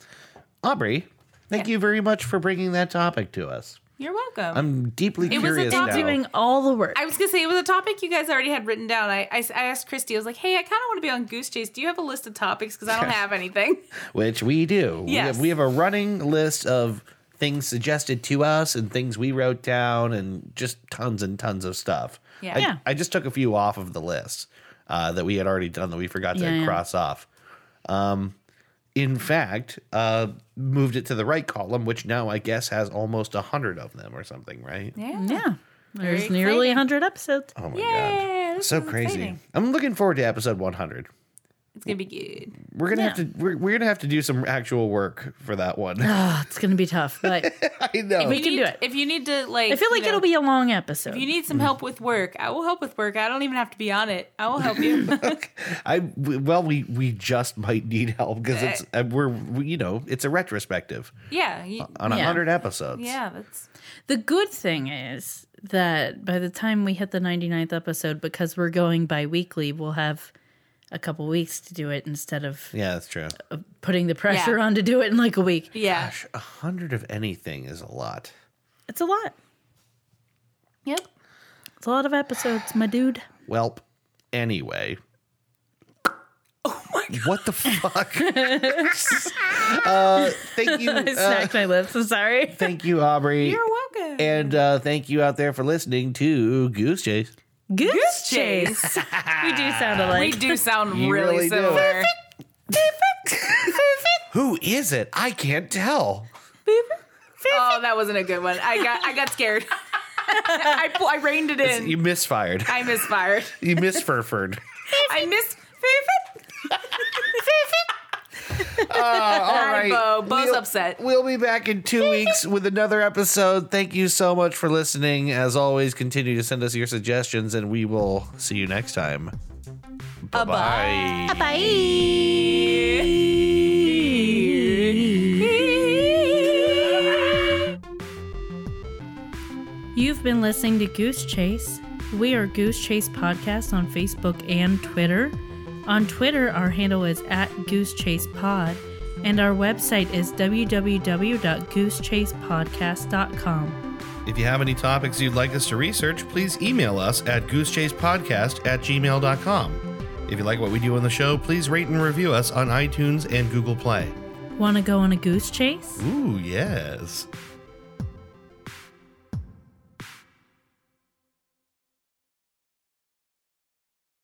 S2: Aubrey, thank you very much for bringing that topic to us.
S3: You're welcome.
S2: I'm deeply
S3: It was a
S2: curious
S3: topic-
S2: now.
S1: Doing all the work.
S3: I was gonna say it was a topic you guys already had written down. I, I, I asked Christy. I was like, "Hey, I kind of want to be on Goose Chase. Do you have a list of topics? Because I don't have anything."
S2: which we do. We,
S3: Yes.
S2: have, we have a running list of things suggested to us and things we wrote down and just tons and tons of stuff.
S3: Yeah.
S2: I,
S1: Yeah.
S2: I just took a few off of the list uh, that we had already done that we forgot to
S1: Yeah, yeah.
S2: cross off. Um, in fact, uh, moved it to the right column, which now I guess has almost a hundred of them or something, right?
S3: Yeah.
S1: yeah. There's
S3: Very
S1: nearly
S3: exciting.
S1: 100 episodes.
S2: Oh my
S3: Yeah,
S2: god,
S3: this
S2: so
S3: is
S2: crazy!
S3: exciting.
S2: I'm looking forward to episode 100.
S3: It's gonna be good.
S2: We're gonna have
S1: Yeah.
S2: to we're, we're gonna have to do some actual work for that one.
S1: Oh, it's going to be tough, but
S2: I know.
S1: We can
S3: need-
S1: do it.
S3: If you need to, like,
S1: I feel like
S3: you know,
S1: it'll be a long episode.
S3: If you need some help with work, I will help with work. I don't even have to be on it. I will help you.
S2: I w- well, we we just might need help because it's uh, we're we, you know it's a retrospective
S3: yeah. You,
S2: on a
S1: Yeah.
S2: hundred episodes.
S3: yeah. That's
S1: The good thing is that by the time we hit the 99th episode, because we're going bi weekly, we'll have a couple weeks to do it instead of
S2: yeah, that's true.
S1: putting the pressure
S3: Yeah.
S1: on to do it in like a week.
S3: yeah.
S2: Gosh, a hundred of anything is a lot.
S1: It's a lot.
S3: Yep.
S1: It's a lot of episodes, my dude.
S2: Welp. Anyway. Oh my God. What the fuck? uh, thank you,
S1: I
S2: uh,
S1: snacked my lips. I'm sorry.
S2: thank you, Aubrey,
S3: You're welcome.
S2: and uh, thank you out there for listening to Goose Chase.
S1: Goose, chase. we do sound
S3: we
S1: alike.
S3: do sound
S2: You really
S3: really,
S2: do.
S3: similar.
S2: Who is it? I can't tell.
S3: oh, that wasn't a good one. I got I got scared. I pu- I reined it in.
S2: You misfired.
S3: I misfired.
S2: You misfurfered.
S3: I missed.
S2: Uh, All
S3: Sorry, Bo. Bo's
S2: we'll,
S3: upset.
S2: We'll be back in two weeks with another episode. Thank you so much for listening. As always, continue to send us your suggestions, and we will see you next time. Bye bye.
S1: You've been listening to Goose Chase. We are Goose Chase Podcast on Facebook and Twitter. On Twitter, our handle is at Goose Chase Pod, and our website is www.goosechasepodcast.com.
S2: If you have any topics you'd like us to research, please email us at goosechasepodcast at gmail.com. If you like what we do on the show, please rate and review us on iTunes and Google Play.
S1: Want to go on a goose chase?
S2: Ooh, yes.